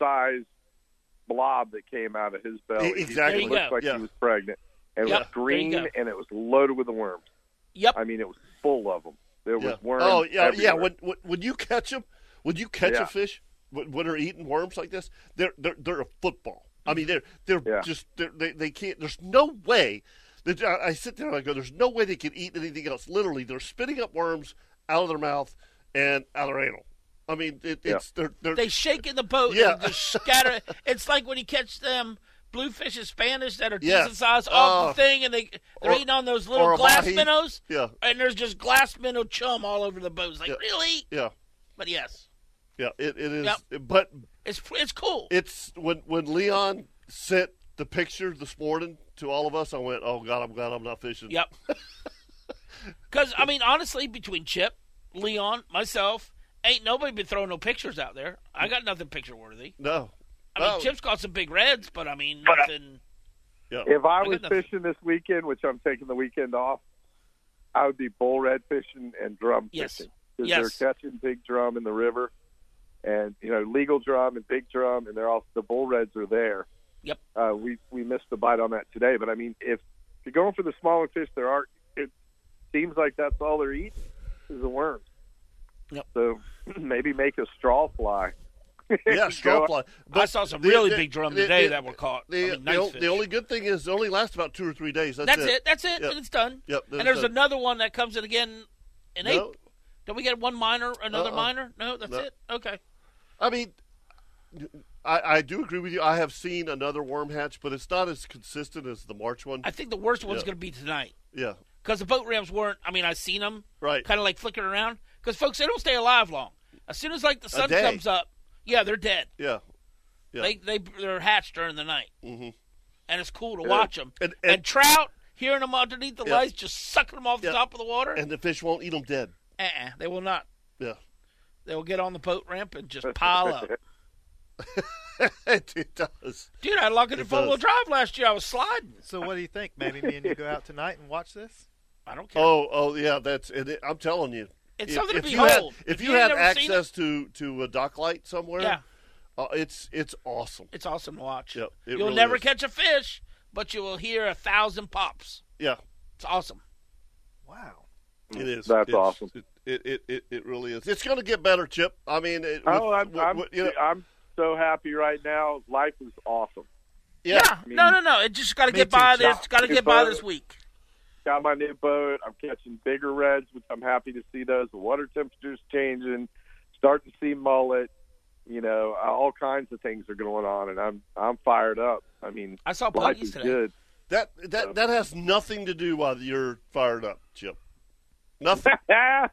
Speaker 6: size blob that came out of his belly.
Speaker 1: E- exactly.
Speaker 6: It
Speaker 4: There you
Speaker 6: looked
Speaker 4: go.
Speaker 6: like
Speaker 1: Yeah.
Speaker 6: he was pregnant. And
Speaker 4: Yep.
Speaker 6: it was
Speaker 4: There you
Speaker 6: green
Speaker 4: go.
Speaker 6: and it was loaded with the worms.
Speaker 4: yep.
Speaker 6: I mean, it was full of them. There was
Speaker 1: yeah.
Speaker 6: worms.
Speaker 1: oh yeah, yeah.
Speaker 6: everywhere.
Speaker 1: When, when when you catch them, when you catch
Speaker 6: Yeah.
Speaker 1: a fish when, when they're eating worms like this, they're they're they're a football. I mean, they're they're
Speaker 6: Yeah.
Speaker 1: just they're, they they can't. There's no way. That, I, I sit there and I go, "There's no way they can eat anything else." Literally, they're spitting up worms out of their mouth and out of their anal. I mean, it,
Speaker 6: Yeah.
Speaker 1: it's they're, they're
Speaker 4: They shake in the boat
Speaker 1: Yeah.
Speaker 4: and just scatter. it. It's like when you catch them bluefish and Spanish that are
Speaker 1: Yes.
Speaker 4: decent size off
Speaker 1: Oh.
Speaker 4: the thing, and they they're
Speaker 1: Or-
Speaker 4: eating on those
Speaker 1: or
Speaker 4: little
Speaker 1: a
Speaker 4: glass
Speaker 1: mahi.
Speaker 4: minnows.
Speaker 1: Yeah.
Speaker 4: and there's just glass minnow chum all over the boat. It's like
Speaker 1: Yeah.
Speaker 4: really,
Speaker 1: yeah
Speaker 4: but yes,
Speaker 1: yeah it, it is. But
Speaker 4: it's it's cool.
Speaker 1: it's when when Leon sent the picture this morning to all of us, I went, "Oh God, I'm glad I'm not fishing."
Speaker 4: Yep. Because I mean, honestly, between Chip, Leon, myself, ain't nobody been throwing no pictures out there. I got nothing picture worthy.
Speaker 1: No.
Speaker 4: I mean,
Speaker 1: No.
Speaker 4: Chip's got some big reds, but I mean nothing.
Speaker 1: Yeah.
Speaker 6: If I
Speaker 4: Look
Speaker 6: was
Speaker 4: at the-
Speaker 6: fishing this weekend, which I'm taking the weekend off, I would be bull red fishing and drum
Speaker 4: Yes.
Speaker 6: fishing because
Speaker 4: Yes.
Speaker 6: they're catching big drum in the river, and you know legal drum and big drum, and they're all the bull reds are there.
Speaker 4: Yep.
Speaker 6: Uh, we we missed the bite on that today, but I mean if you're going for the smaller fish, there are. It seems like that's all they're eating is the worms.
Speaker 4: Yep.
Speaker 6: So maybe make a straw fly.
Speaker 1: Yeah, straw
Speaker 6: Go-
Speaker 1: fly.
Speaker 4: I saw some
Speaker 1: the-
Speaker 4: really
Speaker 1: the-
Speaker 4: big drum
Speaker 1: the-
Speaker 4: today
Speaker 1: the-
Speaker 4: that were caught. I
Speaker 1: The,
Speaker 4: mean,
Speaker 1: the
Speaker 4: nice
Speaker 1: o-
Speaker 4: fish.
Speaker 1: the only good thing is it only lasts about two or three days. That's,
Speaker 4: that's it. That's it.
Speaker 1: Yep.
Speaker 4: It's done.
Speaker 1: Yep, that's
Speaker 4: and there's
Speaker 1: it.
Speaker 4: another one that comes in again in
Speaker 1: No.
Speaker 4: April. Don't we get one minor, another
Speaker 1: Uh-uh.
Speaker 4: minor? No, that's
Speaker 1: No.
Speaker 4: it. Okay.
Speaker 1: I mean, I, I do agree with you. I have seen another worm hatch, but it's not as consistent as the March one.
Speaker 4: I think the worst one's
Speaker 1: Yeah.
Speaker 4: going to be tonight
Speaker 1: yeah,
Speaker 4: because the boat rams weren't. I mean, I seen them
Speaker 1: Right.
Speaker 4: kind of like flickering around because folks they don't stay alive long. As soon as like the sun
Speaker 1: day.
Speaker 4: comes up, yeah, they're dead.
Speaker 1: yeah. Yeah.
Speaker 4: They they they're hatched during the night, mm-hmm. and it's cool to watch 'em. watch them.
Speaker 1: And-
Speaker 4: And,
Speaker 1: and-
Speaker 4: trout hearing them underneath the
Speaker 1: Yeah.
Speaker 4: lights, just sucking them off the
Speaker 1: Yeah.
Speaker 4: top of the water.
Speaker 1: And the fish won't eat them dead.
Speaker 4: uh-uh, they will not.
Speaker 1: Yeah.
Speaker 4: They will get on the boat ramp and just pile up.
Speaker 1: it, does.
Speaker 4: Dude, I had luck in the
Speaker 1: It
Speaker 4: four wheel
Speaker 1: does.
Speaker 4: drive last year. I was sliding.
Speaker 5: So what do you think? Maybe me and you go out tonight and watch this.
Speaker 4: I don't care.
Speaker 1: Oh, oh, yeah. That's. And it, I'm telling you,
Speaker 4: It's something to
Speaker 1: you had-
Speaker 4: behold.
Speaker 1: if,
Speaker 4: If
Speaker 1: you,
Speaker 4: you ain't
Speaker 1: have
Speaker 4: never seen
Speaker 1: access to to a dock light somewhere,
Speaker 4: Yeah.
Speaker 1: uh, it's it's awesome.
Speaker 4: It's awesome to watch.
Speaker 1: Yep, it
Speaker 4: You'll
Speaker 1: really
Speaker 4: never
Speaker 1: is.
Speaker 4: catch a fish, but you will hear a thousand pops.
Speaker 1: Yeah,
Speaker 4: It's awesome.
Speaker 5: Wow.
Speaker 1: it is.
Speaker 6: That's
Speaker 1: It's-
Speaker 6: awesome.
Speaker 1: It, it, it, it really is. It's going to get better, Chip. I mean, it,
Speaker 6: Oh,
Speaker 1: with-
Speaker 6: I'm
Speaker 1: with-
Speaker 6: I'm,
Speaker 1: with- you know,
Speaker 6: I'm so happy right now. Life is awesome.
Speaker 1: yeah,
Speaker 6: mean,
Speaker 4: no, no, no. It just got to
Speaker 5: me
Speaker 4: get
Speaker 5: too,
Speaker 4: by
Speaker 5: Chuck.
Speaker 4: this. Got to
Speaker 6: It's
Speaker 4: get by
Speaker 6: fun.
Speaker 4: this week.
Speaker 6: got my new boat. I'm catching bigger reds, which I'm happy to see those. The water temperature's changing, starting to see mullet. You know, all kinds of things are going on, and I'm I'm fired up. I mean,
Speaker 4: I saw
Speaker 6: life
Speaker 4: Puggies
Speaker 6: is
Speaker 4: today.
Speaker 6: good.
Speaker 1: That that that has nothing to do with you're fired up, Chip. Nothing.
Speaker 6: Ah,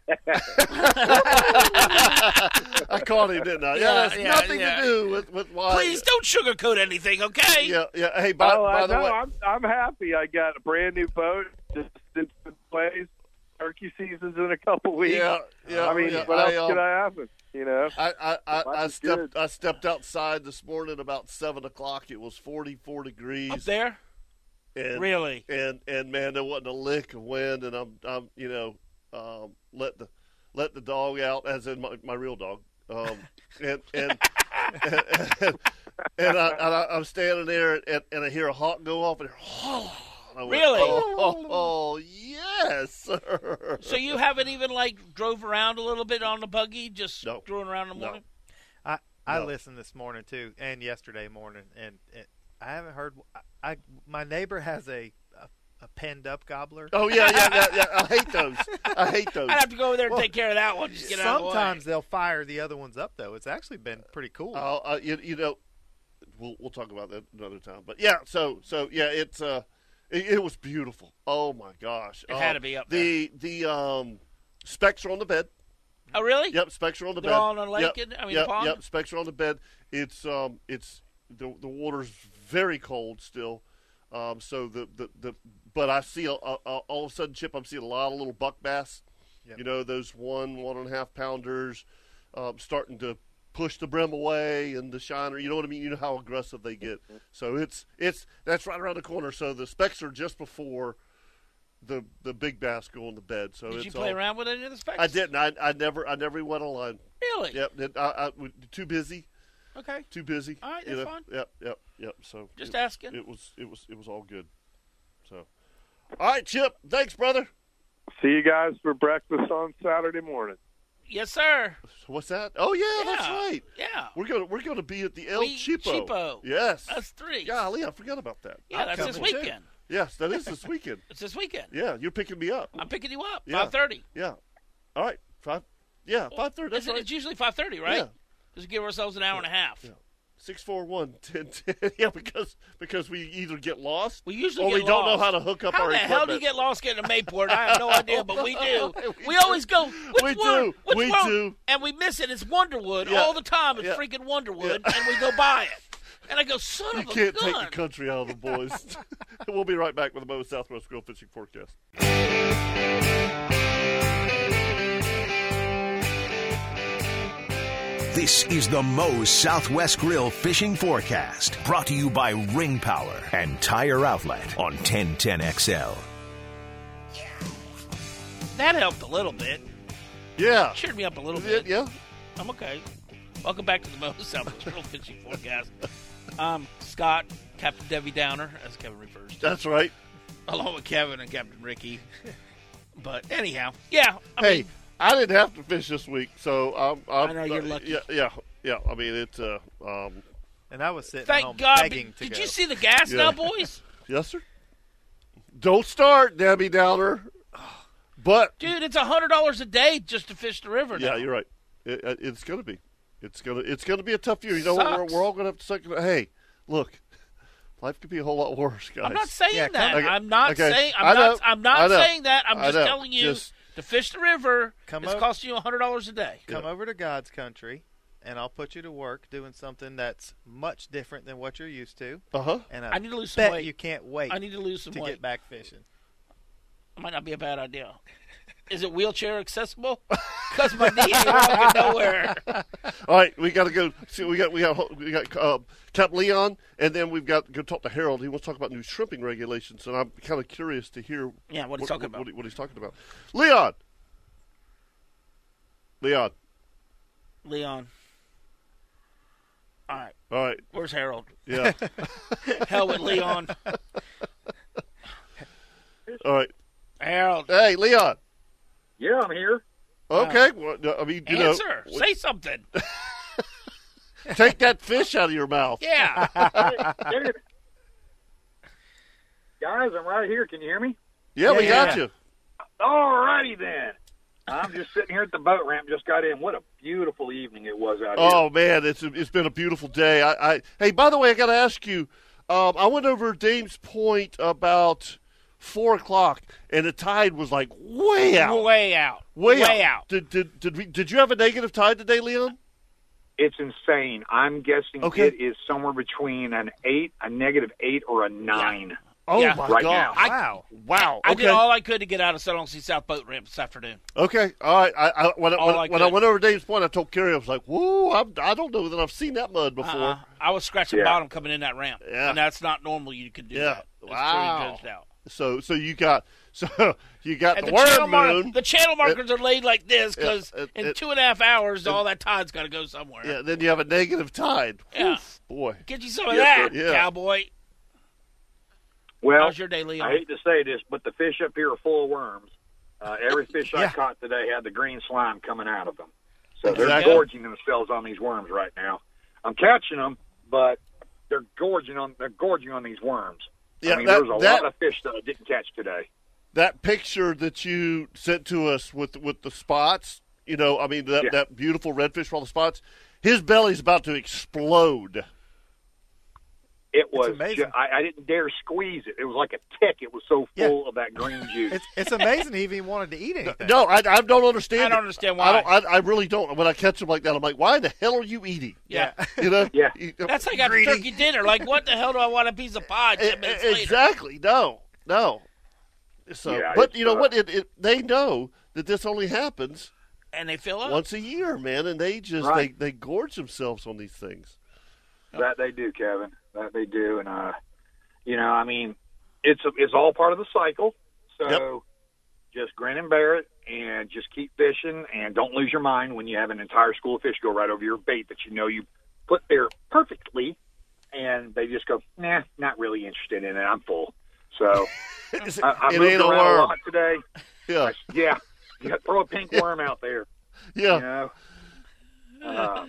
Speaker 1: I caught him, didn't I? Yeah,
Speaker 4: Yeah,
Speaker 1: that's
Speaker 4: yeah,
Speaker 1: nothing
Speaker 4: yeah.
Speaker 1: to do with with why.
Speaker 4: Please don't sugarcoat anything, okay?
Speaker 1: Uh, Yeah, yeah. Hey, by,
Speaker 6: oh,
Speaker 1: by
Speaker 6: I
Speaker 1: the
Speaker 6: know.
Speaker 1: way,
Speaker 6: I'm I'm happy. I got a brand new boat just in place. Turkey season's in a couple weeks.
Speaker 1: yeah, yeah.
Speaker 6: I mean,
Speaker 1: yeah,
Speaker 6: what
Speaker 1: I, um,
Speaker 6: else could I happen? You know.
Speaker 1: I, I, I,
Speaker 6: Life
Speaker 1: I
Speaker 6: is
Speaker 1: stepped
Speaker 6: good.
Speaker 1: I stepped outside this morning about seven o'clock. It was forty four
Speaker 4: Up
Speaker 1: degrees.
Speaker 4: there,
Speaker 1: and,
Speaker 4: really?
Speaker 1: And and man, there wasn't a lick of wind. And I'm I'm you know um, let the let the dog out, as in my, my real dog. Um, and and and, and, I, and I, I'm standing there and, and I hear a hawk go off and, and I went,
Speaker 4: Really?
Speaker 1: Oh, oh, oh, yes, sir.
Speaker 4: So you haven't even like drove around a little bit on the buggy, just
Speaker 1: No.
Speaker 4: drooling around in
Speaker 1: No.
Speaker 4: the morning.
Speaker 5: I I
Speaker 1: No.
Speaker 5: listened this morning too, and yesterday morning, and, and I haven't heard. I, I my neighbor has a a, a penned up gobbler.
Speaker 1: Oh yeah, yeah, yeah, yeah. I hate those. I hate those.
Speaker 4: I'd have to go over there and take care of that one. Just get out of the way.
Speaker 5: Sometimes they'll fire the other ones up though. It's actually been pretty cool.
Speaker 6: Oh.
Speaker 1: I'll, uh, you, you know, we'll we'll talk about that another time. But yeah, so so yeah, it's uh, it, it was beautiful. Oh my gosh,
Speaker 4: It had
Speaker 1: Um,
Speaker 4: to be up
Speaker 1: the the um, specks are on the bed.
Speaker 4: Oh, really?
Speaker 1: Yep, specks are on the
Speaker 4: They're
Speaker 1: bed.
Speaker 4: all on a lake
Speaker 1: Yep,
Speaker 4: in- I mean,
Speaker 1: yep,
Speaker 4: pond?
Speaker 1: yep, specks are on the bed. It's um, it's the the water's very cold still. Um, so the, the, the but I see a, a, a- all of a sudden, Chip, I'm seeing a lot of little buck bass.
Speaker 5: Yep.
Speaker 1: You know those one one and a half pounders, um, starting to push the brim away and the shiner. You know what I mean? You know how aggressive they get. So it's it's that's right around the corner. So the specks are just before the the big bass go on the bed. So
Speaker 4: Did
Speaker 1: it's
Speaker 4: you play
Speaker 1: all-
Speaker 4: around with any of the specs?
Speaker 1: I didn't. I, I never. I never went online.
Speaker 4: Really?
Speaker 1: Yep. that- I, I was too busy.
Speaker 4: Okay.
Speaker 1: Too busy.
Speaker 4: All right,
Speaker 1: you
Speaker 4: that's
Speaker 1: know?
Speaker 4: fine.
Speaker 1: Yep. Yep. Yep. So
Speaker 4: Just
Speaker 1: it-
Speaker 4: asking.
Speaker 1: It was. It was. It was all good. So. All right, Chip. Thanks, brother.
Speaker 6: See you guys for breakfast on Saturday morning.
Speaker 4: Yes, sir.
Speaker 1: What's that? Oh yeah, that's
Speaker 4: Yeah.
Speaker 1: right.
Speaker 4: Yeah.
Speaker 1: We're gonna we're gonna be at the El
Speaker 4: We-
Speaker 1: Cheapo.
Speaker 4: Cheapo.
Speaker 1: Yes.
Speaker 4: That's three.
Speaker 1: Golly, I forgot about that.
Speaker 4: Yeah, that's this
Speaker 5: coming too.
Speaker 4: weekend.
Speaker 1: Yes, that is this weekend.
Speaker 4: It's this weekend.
Speaker 1: Yeah, you're picking me up.
Speaker 4: I'm picking you up.
Speaker 1: Yeah.
Speaker 4: Five thirty.
Speaker 1: Yeah. All right. Five. Yeah, five thirty. That's
Speaker 4: It's,
Speaker 1: right.
Speaker 4: it's usually five thirty, right?
Speaker 1: Yeah.
Speaker 4: Just give ourselves an hour and a half.
Speaker 1: Six four one ten ten. Yeah, because because we either get lost.
Speaker 4: We usually
Speaker 1: or
Speaker 4: get
Speaker 1: we don't know
Speaker 4: lost.
Speaker 1: how to hook up
Speaker 4: How
Speaker 1: our
Speaker 4: the
Speaker 1: equipment.
Speaker 4: hell do you get lost getting to Mayport? I have no idea, but we do.
Speaker 1: We
Speaker 4: we
Speaker 1: do.
Speaker 4: always go. Which
Speaker 1: We
Speaker 4: one?
Speaker 1: do.
Speaker 4: Which
Speaker 1: We
Speaker 4: one?
Speaker 1: do.
Speaker 4: And we miss it. It's Wonderwood
Speaker 1: Yeah.
Speaker 4: all the time. It's
Speaker 1: Yeah.
Speaker 4: freaking Wonderwood, and we go by it. And I go, son
Speaker 1: You
Speaker 4: of a
Speaker 1: can't
Speaker 4: gun.
Speaker 1: take the country out of the boys. we'll be right back with the Mo Southwest Grill Fishing Forecast.
Speaker 3: This is the Moe's Southwest Grill Fishing Forecast, brought to you by Ring Power and Tire Outlet on 1010XL.
Speaker 4: that helped a little bit.
Speaker 1: Yeah.
Speaker 4: Cheered me up a little
Speaker 1: Is it?
Speaker 4: bit.
Speaker 1: Yeah.
Speaker 4: I'm okay. Welcome back to the Mo Southwest Real Fishing Forecast. Um, Scott, Captain Debbie Downer, as Kevin refers to.
Speaker 1: That's right.
Speaker 4: along with Kevin and Captain Ricky. But anyhow, yeah. I
Speaker 1: hey,
Speaker 4: mean,
Speaker 1: I didn't have to fish this week, so I'm. I'm
Speaker 4: I know you're
Speaker 1: uh,
Speaker 4: lucky.
Speaker 1: Yeah, yeah, yeah. I mean, it's uh, um,
Speaker 5: And I was sitting
Speaker 4: thank
Speaker 5: home
Speaker 4: God.
Speaker 5: begging to
Speaker 4: did
Speaker 5: go.
Speaker 4: you see the gas
Speaker 1: Yeah.
Speaker 4: now, boys?
Speaker 1: yes, sir. Don't start, Debbie Downer. But
Speaker 4: Dude, it's hundred dollars a day just to fish the river.
Speaker 1: yeah,
Speaker 4: now.
Speaker 1: you're right. It, uh, it's gonna be. It's gonna. It's gonna be a tough year. You know, what? we're,
Speaker 4: Sucks.
Speaker 1: we're all gonna have to suck. it up. Hey, look, life could be a whole lot worse, guys.
Speaker 4: I'm not saying
Speaker 5: Yeah,
Speaker 4: that.
Speaker 1: okay,
Speaker 4: I'm not
Speaker 1: okay.
Speaker 4: saying.
Speaker 1: I
Speaker 4: I'm
Speaker 1: know,
Speaker 4: not. I'm
Speaker 1: I
Speaker 4: not
Speaker 1: know,
Speaker 4: saying that. I'm
Speaker 1: I
Speaker 4: just
Speaker 1: know.
Speaker 4: telling you
Speaker 1: Just-
Speaker 4: to fish the river.
Speaker 5: Come
Speaker 4: it's
Speaker 5: up-
Speaker 4: costing you hundred dollars a day.
Speaker 5: Come over to God's country, and I'll put you to work doing something that's much different than what you're used to.
Speaker 1: Uh huh.
Speaker 5: And I,
Speaker 4: I need to lose some
Speaker 5: bet
Speaker 4: weight.
Speaker 5: you can't wait
Speaker 4: I need to lose some
Speaker 5: to
Speaker 4: weight.
Speaker 5: get back fishing.
Speaker 4: It might not be a bad idea. Is it wheelchair accessible? Because my knee ain't walking nowhere.
Speaker 1: All right, we got to go. See, we got we got we got uh, Cap Leon, and then we've got to go talk to Harold. He wants to talk about new shrimping regulations, and I'm kind of curious to hear.
Speaker 4: Yeah, what he's talking about.
Speaker 1: What, he- what he's talking about, Leon. Leon.
Speaker 4: Leon. All right.
Speaker 1: All right.
Speaker 4: Where's Harold?
Speaker 1: Yeah.
Speaker 4: Hell with Leon.
Speaker 1: All right.
Speaker 4: Harold.
Speaker 1: Hey, Leon.
Speaker 7: Yeah, I'm here.
Speaker 1: Okay. well, no, I mean, you
Speaker 4: Uh, Answer.
Speaker 1: know,
Speaker 4: Say something.
Speaker 1: take that fish out of your mouth.
Speaker 4: Yeah.
Speaker 7: Hey, dude. Guys, I'm right here. Can you hear me?
Speaker 1: Yeah, we
Speaker 4: yeah,
Speaker 1: got
Speaker 4: yeah.
Speaker 1: you.
Speaker 7: All righty then. I'm just sitting here at the boat ramp. Just got in. What a beautiful evening it was out here.
Speaker 1: Oh man, it's it's been a beautiful day. I, I hey, by the way, I got to ask you. Um, I went over Dame's Point about four o'clock, and the tide was like way out,
Speaker 4: Way out.
Speaker 1: way,
Speaker 4: Way out.
Speaker 1: Did did did, we, did you have a negative tide today, Leon?
Speaker 7: It's insane. I'm guessing
Speaker 1: Okay.
Speaker 7: it is somewhere between an eight, a negative eight, or a nine.
Speaker 1: Oh
Speaker 4: Yeah.
Speaker 1: my
Speaker 7: Right
Speaker 1: god!
Speaker 7: now.
Speaker 4: I-
Speaker 1: wow, wow.
Speaker 4: I
Speaker 1: okay,
Speaker 4: did all I could to get out of Sun Sea South boat ramp this afternoon.
Speaker 1: okay, all right. I, I when, I,
Speaker 4: All
Speaker 1: when,
Speaker 4: I
Speaker 1: when I
Speaker 4: could.
Speaker 1: went over Dame's Point, I told Carrie, I was like, "Whoa, I'm, I don't know that I've seen that mud before."
Speaker 4: Uh-uh. I was scratching
Speaker 7: Yeah.
Speaker 4: bottom coming in that ramp.
Speaker 1: Yeah.
Speaker 4: And that's not normal. You could do
Speaker 1: Yeah.
Speaker 4: that. It's
Speaker 1: Wow.
Speaker 4: pretty judged out.
Speaker 1: So so you got so you got
Speaker 4: And
Speaker 1: the,
Speaker 4: the,
Speaker 1: worm
Speaker 4: channel mar-
Speaker 1: moon.
Speaker 4: the channel markers are laid like this because
Speaker 1: it-
Speaker 4: in
Speaker 1: it-
Speaker 4: two and a half hours, all that tide's got to go somewhere.
Speaker 1: yeah, then you have a negative tide.
Speaker 4: Yeah.
Speaker 1: Oof, boy.
Speaker 4: Get you some of
Speaker 7: Yeah,
Speaker 4: that,
Speaker 1: yeah.
Speaker 4: cowboy.
Speaker 7: Well,
Speaker 4: How's your day, Leon?
Speaker 7: I hate to say this, but the fish up here are full of worms. Uh, every fish I
Speaker 5: Yeah.
Speaker 7: caught today had the green slime coming out of them. So they're
Speaker 1: Exactly.
Speaker 7: gorging themselves on these worms right now. I'm catching them, but they're gorging on they're gorging on these worms.
Speaker 1: Yeah,
Speaker 7: I mean,
Speaker 1: that-
Speaker 7: there's a
Speaker 1: that-
Speaker 7: lot of fish that I didn't catch today.
Speaker 1: that picture that you sent to us with with the spots, you know, I mean that,
Speaker 7: Yeah.
Speaker 1: that beautiful redfish with all the spots, his belly's about to explode.
Speaker 7: It was
Speaker 5: amazing.
Speaker 7: ju- I, I didn't dare squeeze it. It was like a tick. It was so
Speaker 5: Yeah.
Speaker 7: full of that green juice.
Speaker 5: It's, it's amazing he even wanted to eat anything.
Speaker 1: No, I, I don't understand.
Speaker 4: I don't
Speaker 1: it.
Speaker 4: understand
Speaker 1: I
Speaker 4: why.
Speaker 1: don't. I, I really don't. When I catch him like that, I'm like, why the hell are you eating?
Speaker 4: yeah.
Speaker 1: You know.
Speaker 7: Yeah.
Speaker 1: You-
Speaker 4: That's like after
Speaker 5: Greedy.
Speaker 4: turkey dinner. Like, what the hell do I want a piece of pie
Speaker 1: E- e-
Speaker 4: ten minutes later?
Speaker 1: exactly. No. No. So,
Speaker 7: Yeah,
Speaker 1: but
Speaker 7: it's,
Speaker 1: you know
Speaker 7: uh,
Speaker 1: what? It, it they know that this only happens
Speaker 4: And they fill up.
Speaker 1: once a year, man, and they just
Speaker 7: Right.
Speaker 1: they, they gorge themselves on these things.
Speaker 7: That they do, Kevin. That they do, and uh, you know, I mean, it's it's all part of the cycle. So just grin and bear it, and just keep fishing, and don't lose your mind when you have an entire school of fish go right over your bait that you know you put there perfectly, and they just go, nah, not really interested in it. I'm full. So I, I
Speaker 1: It Oh.
Speaker 7: moved
Speaker 1: ain't a
Speaker 7: around a
Speaker 1: worm.
Speaker 7: lot today.
Speaker 1: Yeah.
Speaker 7: Yeah, yeah throw a pink worm out there
Speaker 1: Yeah.
Speaker 7: you know. Uh,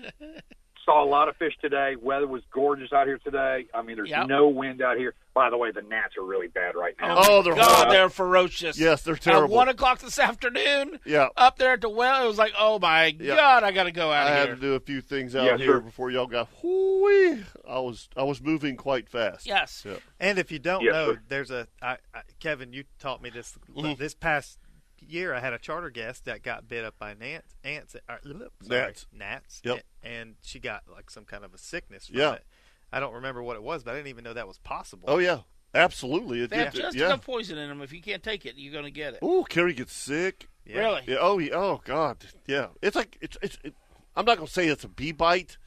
Speaker 7: saw a lot of fish today. Weather was gorgeous out here today. I mean, there's
Speaker 4: Yep.
Speaker 7: no wind out here. By the way, the gnats are really bad right now.
Speaker 1: Oh, they're
Speaker 4: God,
Speaker 1: horrible.
Speaker 4: they're ferocious.
Speaker 1: Yes, they're
Speaker 4: At
Speaker 1: terrible.
Speaker 4: one o'clock this afternoon,
Speaker 1: Yeah.
Speaker 4: up there at the well, it was like, oh my God, I got to go out
Speaker 1: I
Speaker 4: of
Speaker 1: had
Speaker 4: here.
Speaker 1: to do a few things out
Speaker 7: Yes,
Speaker 1: here
Speaker 7: sir.
Speaker 1: before y'all got. Whoo-wee. I was I was moving quite fast.
Speaker 4: Yes.
Speaker 1: Yeah.
Speaker 5: And if you don't
Speaker 7: Yes,
Speaker 5: know,
Speaker 7: sir.
Speaker 5: there's a I, I, Kevin. You taught me this
Speaker 4: Mm-hmm.
Speaker 5: this past year. I had a charter guest that got bit up by ants. Ants. Uh, bleh, sorry,
Speaker 1: Gnats.
Speaker 5: Gnats.
Speaker 1: Yep.
Speaker 5: a- And she got like some kind of a sickness. From
Speaker 1: Yeah.
Speaker 5: It. I don't remember what it was, but I didn't even know that was possible.
Speaker 1: Oh yeah, absolutely. It,
Speaker 4: They have
Speaker 1: it-
Speaker 4: just
Speaker 1: yeah.
Speaker 4: enough poison in them. If you can't take it, you're going to get it.
Speaker 1: Ooh, Kerry gets sick.
Speaker 5: Yeah.
Speaker 4: Really?
Speaker 1: Yeah. Oh yeah. Oh God. Yeah. It's like it's it's. It, I'm not gonna say it's a bee bite,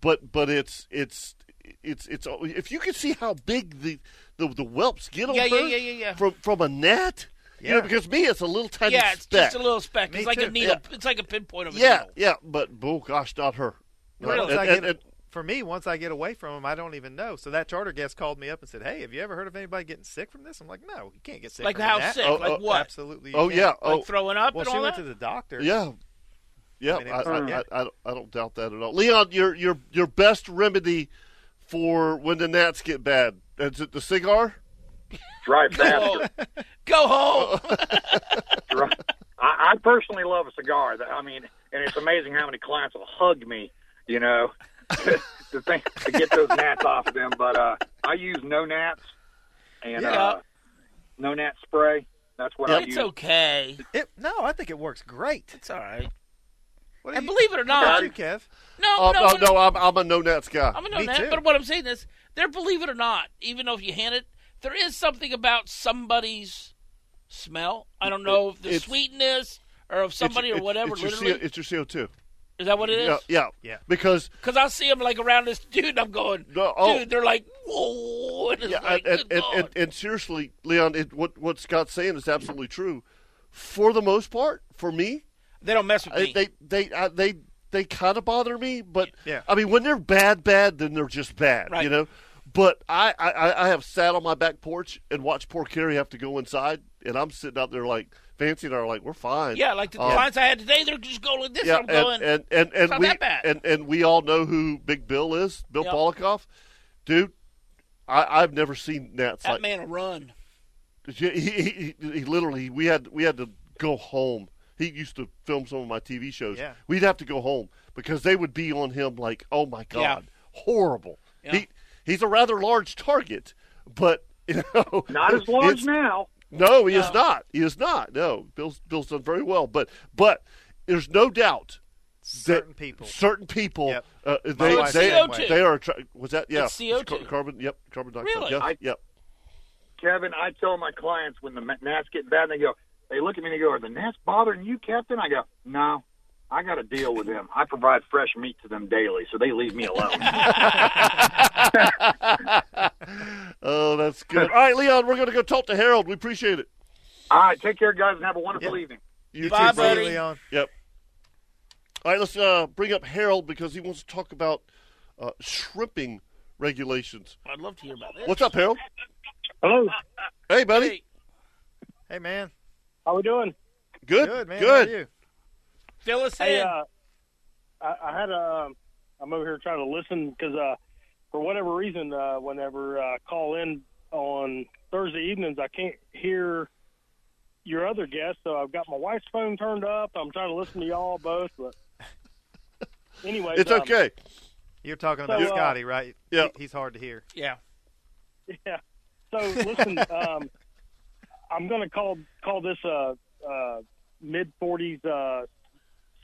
Speaker 1: but but it's it's. It's it's oh, if you could see how big the the, the whelps get on
Speaker 4: Yeah, yeah,
Speaker 1: her
Speaker 4: yeah, yeah, yeah.
Speaker 1: from from a gnat, you know
Speaker 5: Yeah.
Speaker 1: because me it's a little tiny
Speaker 4: yeah, it's
Speaker 1: speck.
Speaker 4: just a little speck.
Speaker 5: Me
Speaker 4: it's like
Speaker 5: too.
Speaker 4: a needle. It's like a pinpoint of a
Speaker 1: yeah
Speaker 4: needle.
Speaker 1: yeah but oh gosh not her
Speaker 5: Where
Speaker 1: No,
Speaker 5: else
Speaker 1: and-
Speaker 5: I
Speaker 1: and-
Speaker 5: get-
Speaker 1: and-
Speaker 5: for me, once I get away from them, I don't even know. So that charter guest called me up and said, "Hey, have you ever heard of anybody getting sick from this?" I'm like, "No, you can't get sick."
Speaker 4: Like
Speaker 5: from
Speaker 4: how
Speaker 5: that."
Speaker 4: sick?
Speaker 1: Oh,
Speaker 4: like
Speaker 1: oh,
Speaker 4: what?
Speaker 5: Absolutely. you
Speaker 1: Oh,
Speaker 5: can't.
Speaker 1: yeah. Oh,
Speaker 4: Like throwing up
Speaker 5: Well,
Speaker 4: and
Speaker 5: she
Speaker 4: all
Speaker 5: went
Speaker 4: that.
Speaker 5: to the doctor.
Speaker 1: Yeah. Yeah,
Speaker 5: I mean, it
Speaker 1: I,
Speaker 5: was-
Speaker 1: I,
Speaker 5: yeah.
Speaker 1: I, I, I don't doubt that at all. Leon, your your your best remedy for when the gnats get bad is it the cigar?
Speaker 7: Drive faster.
Speaker 4: Go, go home.
Speaker 7: Right. I, I personally love a cigar. That- I mean, and it's amazing how many clients will hug me, you know, to think to get those gnats off of them. But uh, I use no gnats and
Speaker 4: Yeah.
Speaker 7: uh, no gnat spray. That's what I
Speaker 4: It's
Speaker 7: use.
Speaker 4: okay.
Speaker 5: It, no, I think it works great.
Speaker 4: It's all right.
Speaker 5: What do
Speaker 4: And
Speaker 5: you-
Speaker 4: believe it or
Speaker 5: how about
Speaker 4: not,
Speaker 5: you, Kev?
Speaker 4: no,
Speaker 1: Oh,
Speaker 4: no,
Speaker 1: no, no, I'm, I'm a no gnats guy.
Speaker 4: I'm gonna know
Speaker 5: Me
Speaker 4: that.
Speaker 5: too.
Speaker 4: But what I'm saying is, there, believe it or not, even though if you hand it, there is something about somebody's smell. I don't know if the
Speaker 1: it's-
Speaker 4: sweetness or if somebody
Speaker 1: it's,
Speaker 4: or whatever.
Speaker 1: It's your,
Speaker 4: literally,
Speaker 1: CO, it's your CO two.
Speaker 4: is that what it
Speaker 1: Yeah,
Speaker 4: is?
Speaker 1: yeah,
Speaker 5: Yeah.
Speaker 1: Because
Speaker 4: Because I see them like around this dude, and I'm going,
Speaker 1: No, oh.
Speaker 4: dude. They're like, whoa. And it's
Speaker 1: yeah,
Speaker 4: like,
Speaker 1: and,
Speaker 4: good
Speaker 1: and, and,
Speaker 4: God.
Speaker 1: and seriously, Leon, it, what what Scott's saying is absolutely true. For the most part, for me,
Speaker 4: they don't mess with
Speaker 1: I,
Speaker 4: me.
Speaker 1: they they I, they they kind of bother me, but
Speaker 5: Yeah.
Speaker 1: I mean, when they're bad, bad, then they're just bad, you
Speaker 4: Right.
Speaker 1: know. But I, I- I I have sat on my back porch and watched poor Carrie have to go inside, and I'm sitting out there like Fancy and I are like, we're fine.
Speaker 4: yeah, like the
Speaker 1: Um,
Speaker 4: clients I had today, they're just going like this.
Speaker 1: yeah,
Speaker 4: I'm
Speaker 1: and,
Speaker 4: going,
Speaker 1: and and and
Speaker 4: not
Speaker 1: we
Speaker 4: that bad.
Speaker 1: and and we all know who Big Bill is, Bill
Speaker 4: Yep.
Speaker 1: Polikoff, dude. I, I've never seen Nats
Speaker 4: that
Speaker 1: like
Speaker 4: man will run.
Speaker 1: he, he, he, he literally we had we had to go home. He used to film some of my TV shows.
Speaker 5: Yeah.
Speaker 1: We'd have to go home because they would be on him like, oh my god,
Speaker 4: Yeah.
Speaker 1: horrible.
Speaker 4: Yeah.
Speaker 1: He he's a rather large target, but you know,
Speaker 7: Not as large
Speaker 1: it's-
Speaker 7: now.
Speaker 1: no, he is
Speaker 4: No.
Speaker 1: not. He is not. No, Bill's Bill's done very well, but but there's no doubt
Speaker 5: Certain people.
Speaker 1: certain people,
Speaker 5: Yep.
Speaker 1: uh, they
Speaker 5: My wife's
Speaker 1: they,
Speaker 5: the same
Speaker 1: they,
Speaker 4: way.
Speaker 1: are attra- was that yeah
Speaker 4: It's CO2.
Speaker 1: car- carbon yep carbon dioxide
Speaker 4: Really?
Speaker 1: yeah
Speaker 7: I-
Speaker 1: yep
Speaker 7: Kevin, I tell my clients when the gnats get bad, they go, they look at me and they go, "Are the gnats bothering you, Captain?" I go, "No, I got to deal with them. I provide fresh meat to them daily, so they leave me alone."
Speaker 1: oh that's good. All right, Leon, we're gonna go talk to Harold. We appreciate it.
Speaker 7: All right, take care, guys, and have a wonderful evening.
Speaker 1: You
Speaker 4: Bye,
Speaker 1: too, brother.
Speaker 4: buddy.
Speaker 5: Leon.
Speaker 1: Yep. All right, let's uh, bring up Harold because he wants to talk about uh, shrimping regulations.
Speaker 4: I'd love to hear about this.
Speaker 1: What's up, Harold?
Speaker 8: Hello.
Speaker 1: Hey, buddy.
Speaker 4: Hey,
Speaker 5: Hey, man.
Speaker 8: How we doing?
Speaker 1: Good.
Speaker 5: Good, man.
Speaker 1: Good.
Speaker 5: How are you?
Speaker 4: fill us
Speaker 8: Hey,
Speaker 4: in.
Speaker 8: uh, I, I had a. um, I'm over here trying to listen because uh, for whatever reason, uh, whenever I call in on Thursday evenings, I can't hear your other guest. So I've got my wife's phone turned up. I'm trying to listen to y'all both, but anyway,
Speaker 1: It's
Speaker 8: um,
Speaker 1: okay.
Speaker 5: You're talking about
Speaker 8: So, uh,
Speaker 5: Scotty, right?
Speaker 1: Yeah.
Speaker 5: He- he's hard to hear.
Speaker 4: yeah.
Speaker 8: Yeah. So listen, um, I'm going to call call this a uh, uh, mid 40s uh,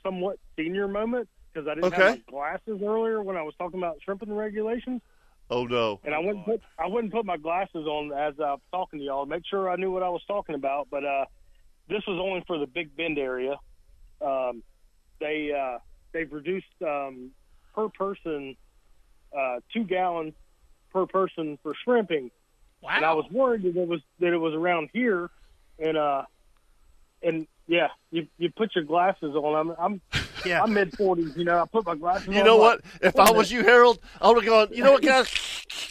Speaker 8: somewhat senior moment because I didn't have
Speaker 1: Okay.
Speaker 8: my glasses earlier when I was talking about shrimping regulations,
Speaker 1: Oh no.
Speaker 8: and I wouldn't put I wouldn't put my glasses on as I was talking to y'all to make sure I knew what I was talking about. But uh, this was only for the Big Bend area. Um, they uh, they've reduced um, per person uh, two gallons per person for shrimping
Speaker 4: Wow.
Speaker 8: and I was worried that it was that it was around here, and uh, and yeah, you you put your glasses on. I'm I'm
Speaker 5: Yeah.
Speaker 8: I'm mid forties, you know. I put my glasses.
Speaker 1: You
Speaker 8: on,
Speaker 1: know
Speaker 8: I'm
Speaker 1: what?
Speaker 8: like,
Speaker 1: If
Speaker 8: wait a
Speaker 1: I was you, Harold, I would have gone. You know what, guys?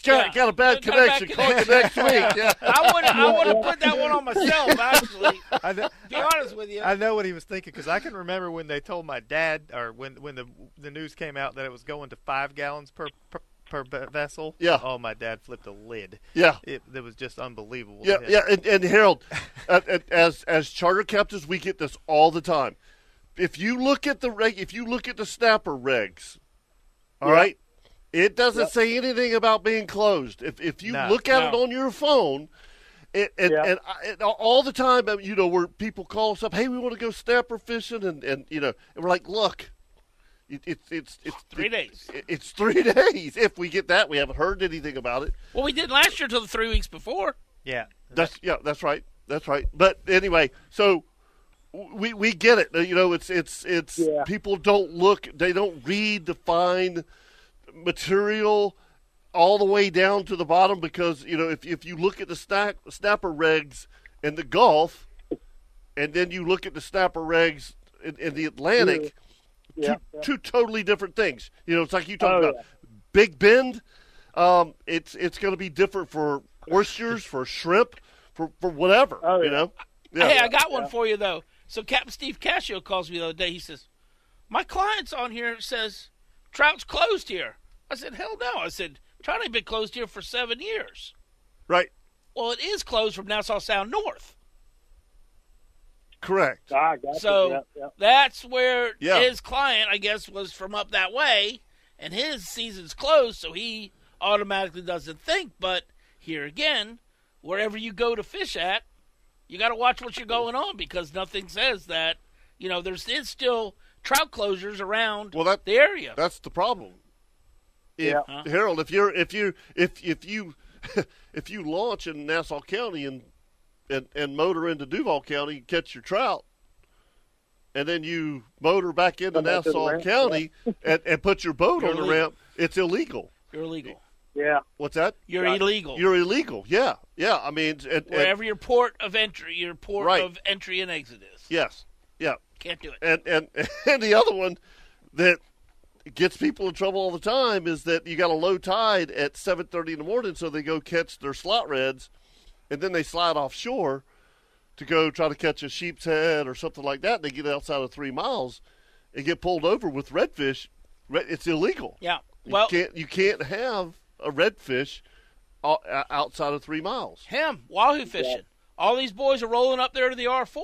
Speaker 1: Got,
Speaker 4: Yeah.
Speaker 1: got a bad
Speaker 4: Got a bad
Speaker 1: connection. Call you next week. Yeah.
Speaker 4: I would I would have put that one on myself actually.
Speaker 5: I know,
Speaker 4: Be honest with you.
Speaker 5: I know what he was thinking because I can remember when they told my dad, or when when the the news came out that it was going to five gallons per per, per be- vessel.
Speaker 1: Yeah.
Speaker 5: Oh, my dad flipped a lid.
Speaker 1: Yeah.
Speaker 5: It, that was just unbelievable. to
Speaker 1: Yeah,
Speaker 5: him.
Speaker 1: yeah, and, and Harold, uh, uh, as as charter captains, we get this all the time. If you look at the reg, if you look at the snapper regs, all right, it doesn't say anything about being closed. If if you
Speaker 5: No.
Speaker 1: look at it
Speaker 4: No.
Speaker 1: on your phone, it, and
Speaker 8: Yeah.
Speaker 1: and, I, and all the time, uh, you know, where people call us up, hey, we want to go snapper fishing, and and you know, and we're like, look. It, it, it's it's
Speaker 4: Three
Speaker 1: it-
Speaker 4: days.
Speaker 1: it- it's three days. If we get that, we haven't heard anything about it.
Speaker 4: well, we did last year till the three weeks before.
Speaker 5: Yeah.
Speaker 1: That's yeah, that's right, that's right. But anyway, so w- we we get it. You know, it's it's it's
Speaker 8: Yeah.
Speaker 1: people don't look, they don't read the fine material all the way down to the bottom because you know if if you look at the snack, snapper regs in the Gulf, and then you look at the snapper regs in, in the Atlantic,
Speaker 8: Yeah,
Speaker 1: two, two totally different things. You know, it's like you talked
Speaker 8: Oh,
Speaker 1: about. Big Bend, um, it's it's going to be different for oysters, for shrimp, for for whatever.
Speaker 8: Oh,
Speaker 1: You
Speaker 8: yeah.
Speaker 1: know.
Speaker 4: Hey, I got one for you though. So Captain Steve Cascio calls me the other day. He says, "My client's on here says trout's closed here." I said, "Hell no!" I said, "Trout ain't been closed here for seven years."
Speaker 1: Right.
Speaker 4: Well, it is closed from Nassau Sound north,
Speaker 1: Correct.
Speaker 8: Ah, I got
Speaker 4: so
Speaker 8: you. Yep, yep.
Speaker 4: that's where
Speaker 1: Yeah.
Speaker 4: his client, I guess, was from up that way, and his season's closed, so he automatically doesn't think. But here again, wherever you go to fish at, you got to watch what you're going on because nothing says that. You know, there's it's still trout closures around
Speaker 1: Well, that-
Speaker 4: the area.
Speaker 1: That's the problem. If,
Speaker 8: Yeah.
Speaker 1: Harold, if you're if you if if you if you launch in Nassau County and and and motor into Duval County and catch your trout, and then you motor back into
Speaker 8: Come back to the
Speaker 1: Nassau
Speaker 8: ramp,
Speaker 1: County and, and put your boat on the
Speaker 4: You're illegal.
Speaker 1: ramp, it's illegal.
Speaker 4: you're illegal.
Speaker 8: Yeah.
Speaker 1: What's that?
Speaker 4: You're illegal.
Speaker 1: You're illegal. Yeah, yeah. I mean, and, and-
Speaker 4: wherever your port of entry, your port
Speaker 1: Right.
Speaker 4: of entry and exit is.
Speaker 1: yes, yeah.
Speaker 4: Can't do it.
Speaker 1: and and and the other one that gets people in trouble all the time is that you got a low tide at 7:30 in the morning so they go catch their slot reds and then they slide offshore to go try to catch a sheep's head or something like that they get outside of 3 miles and get pulled over with redfish Red- it's illegal
Speaker 4: Yeah. Well,
Speaker 1: you can't you can't have a redfish o- o- outside of 3 miles
Speaker 4: Him, wahoo fishing. All these boys are rolling up there to the R4.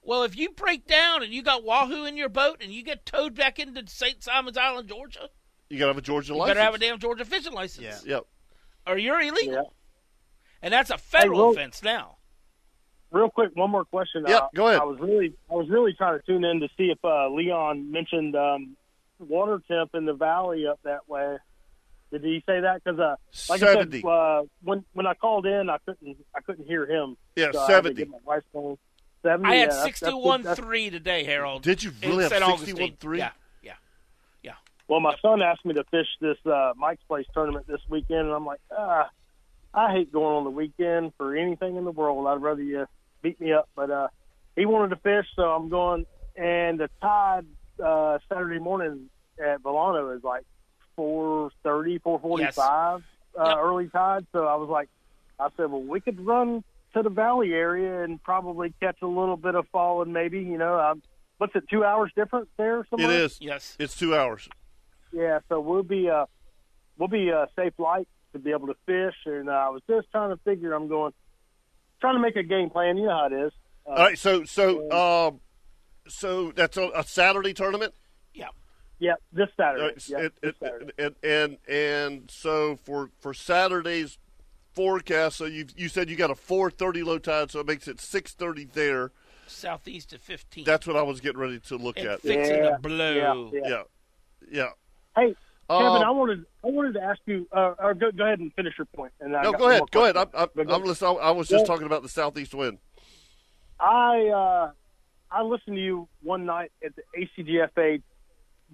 Speaker 4: Well, if you break down and you got wahoo in your boat and you get towed back into St. Simon's Island, Georgia,
Speaker 1: you got to have a Georgia
Speaker 4: you
Speaker 1: license
Speaker 4: better have a damn Georgia fishing license
Speaker 5: Yeah.
Speaker 1: yep
Speaker 4: or you're illegal.
Speaker 8: Yeah.
Speaker 4: And that's a federal
Speaker 8: Hey, Will-
Speaker 4: offense now.
Speaker 8: Real quick, one more question.
Speaker 1: Yeah,
Speaker 8: Uh,
Speaker 1: go ahead.
Speaker 8: I was really, I was really trying to tune in to see if uh, Leon mentioned um, water temp in the valley up that way. Did he say that? Because uh, like I
Speaker 1: 70.
Speaker 8: said, uh, when when I called in, I couldn't, I couldn't hear him.
Speaker 1: yeah
Speaker 8: So I had to
Speaker 1: 70
Speaker 8: get my wife's phone. 70,
Speaker 4: I
Speaker 8: yeah,
Speaker 4: had
Speaker 8: that's- that's-
Speaker 4: 61
Speaker 8: that's-
Speaker 4: 3 today, Harold.
Speaker 1: Did you
Speaker 4: in
Speaker 1: really have
Speaker 4: St. Augustine.
Speaker 1: 61-3?
Speaker 4: Yeah.
Speaker 8: Well, my son asked me to fish this uh, Mike's Place tournament this weekend, and I'm like, ah, I hate going on the weekend for anything in the world. I'd rather you beat me up. But uh, he wanted to fish, so I'm going. And the tide uh, Saturday morning at Volano is like 4.30, 4.45 uh,
Speaker 4: Yep.
Speaker 8: early tide. So I was like, I said, well, we could run to the valley area and probably catch a little bit of fallen maybe, you know. Um, what's it, two hours difference there
Speaker 1: it
Speaker 8: somewhere?
Speaker 1: is
Speaker 4: Yes.
Speaker 1: it's 2 hours
Speaker 8: Yeah, so we'll be uh, we'll be uh, safe light to be able to fish, and uh, I was just trying to figure. I'm going trying to make a game plan. You know how it is. Uh,
Speaker 1: All right, so so um, so that's a, a Saturday tournament.
Speaker 8: Yeah, this Saturday.
Speaker 1: All right,
Speaker 8: yeah,
Speaker 1: and,
Speaker 8: this
Speaker 1: and,
Speaker 8: Saturday.
Speaker 1: and and and so for for Saturday's forecast, so you you said you got a four thirty low tide, so it makes it six thirty there.
Speaker 4: Southeast of 15.
Speaker 1: That's what I was getting ready to look
Speaker 4: and
Speaker 1: at.
Speaker 4: fixing
Speaker 8: Yeah,
Speaker 4: to blow.
Speaker 8: yeah.
Speaker 1: Yeah, yeah.
Speaker 8: Hey,
Speaker 1: Um,
Speaker 8: Kevin, I wanted I wanted to ask you, uh, or go, go ahead and finish your point. And I
Speaker 1: no,
Speaker 8: got
Speaker 1: go
Speaker 8: one
Speaker 1: ahead,
Speaker 8: more
Speaker 1: go ahead. I'm,
Speaker 8: question.
Speaker 1: I'm,
Speaker 8: But go-
Speaker 1: I'm listening. I was just
Speaker 8: Yeah.
Speaker 1: talking about the southeast wind.
Speaker 8: I uh, I listened to you one night at the ACGFA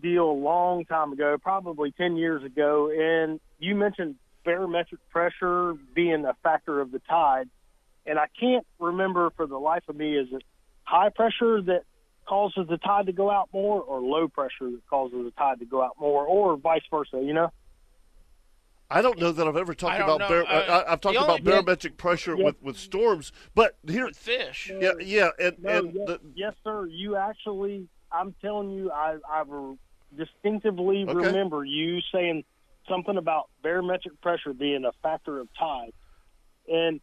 Speaker 8: deal a long time ago, probably ten years ago, and you mentioned barometric pressure being a factor of the tide, and I can't remember for the life of me is it high pressure that causes the tide to go out more, or low pressure that causes the tide to go out more, or vice versa. You know?
Speaker 1: I don't know that I've ever talked
Speaker 4: I don't
Speaker 1: about.
Speaker 4: know.
Speaker 1: bar- I,
Speaker 4: Uh,
Speaker 1: I, I've talked
Speaker 4: the only-
Speaker 1: about barometric pressure with, with storms, but here,
Speaker 4: With fish.
Speaker 1: yeah, yeah, and
Speaker 8: No,
Speaker 1: and
Speaker 8: yes,
Speaker 1: the,
Speaker 8: yes, sir. You actually, I'm telling you, I, I re- distinctively
Speaker 1: Okay.
Speaker 8: remember you saying something about barometric pressure being a factor of tide. And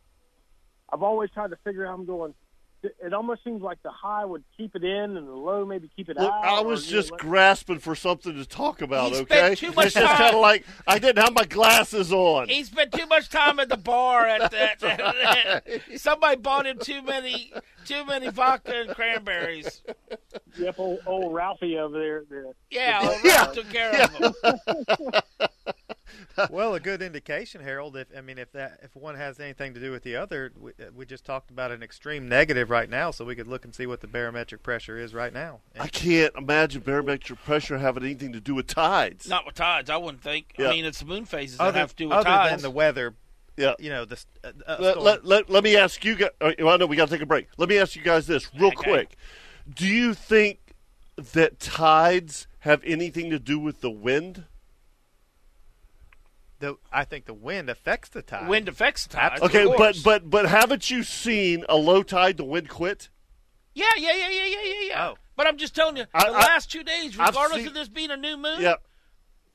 Speaker 8: I've always tried to figure out, I'm going, it it almost seems like the high would keep it in and the low maybe keep it
Speaker 1: Look,
Speaker 8: out.
Speaker 1: I
Speaker 8: or,
Speaker 1: was
Speaker 8: you know,
Speaker 1: just
Speaker 8: let-
Speaker 1: grasping for something to talk about.
Speaker 4: He spent
Speaker 1: okay,
Speaker 4: too much
Speaker 1: it's just
Speaker 4: time-
Speaker 1: kind of like I didn't have my glasses on.
Speaker 4: He spent too much time at the bar at that. Somebody bought him too many, too many vodka and cranberries.
Speaker 8: Yep, old, old Ralphie over there. there.
Speaker 4: Yeah, all right,
Speaker 1: Yeah.
Speaker 4: took care of him.
Speaker 5: well, a good indication, Harold. If I mean, if that if one has anything to do with the other, we, uh, we just talked about an extreme negative right now, so we could look and see what the barometric pressure is right now.
Speaker 1: I can't imagine barometric pressure having anything to do with tides.
Speaker 4: Not with tides, I wouldn't think.
Speaker 1: Yeah.
Speaker 4: I mean, it's the moon phases that
Speaker 5: other
Speaker 4: have to do with
Speaker 5: other
Speaker 4: tides.
Speaker 5: than the weather,
Speaker 1: Yeah.
Speaker 5: you know, the s- uh, uh,
Speaker 1: Let,
Speaker 5: storm.
Speaker 1: let, let, let me ask you guys. Well, I know we got to take a break. Let me ask you guys this real
Speaker 4: Okay.
Speaker 1: quick. Do you think that tides have anything to do with the wind?
Speaker 5: the I think the wind affects the tide.
Speaker 4: Wind affects the tide.
Speaker 1: Okay,
Speaker 4: of
Speaker 1: but
Speaker 4: course.
Speaker 1: but but haven't you seen a low tide the wind quit?
Speaker 4: yeah, yeah, yeah, yeah, yeah, yeah, yeah.
Speaker 5: Oh.
Speaker 4: But I'm just telling you,
Speaker 1: I-
Speaker 4: the
Speaker 1: I-
Speaker 4: last two days,
Speaker 1: I've
Speaker 4: regardless
Speaker 1: seen-
Speaker 4: of this being a new moon,
Speaker 1: Yeah.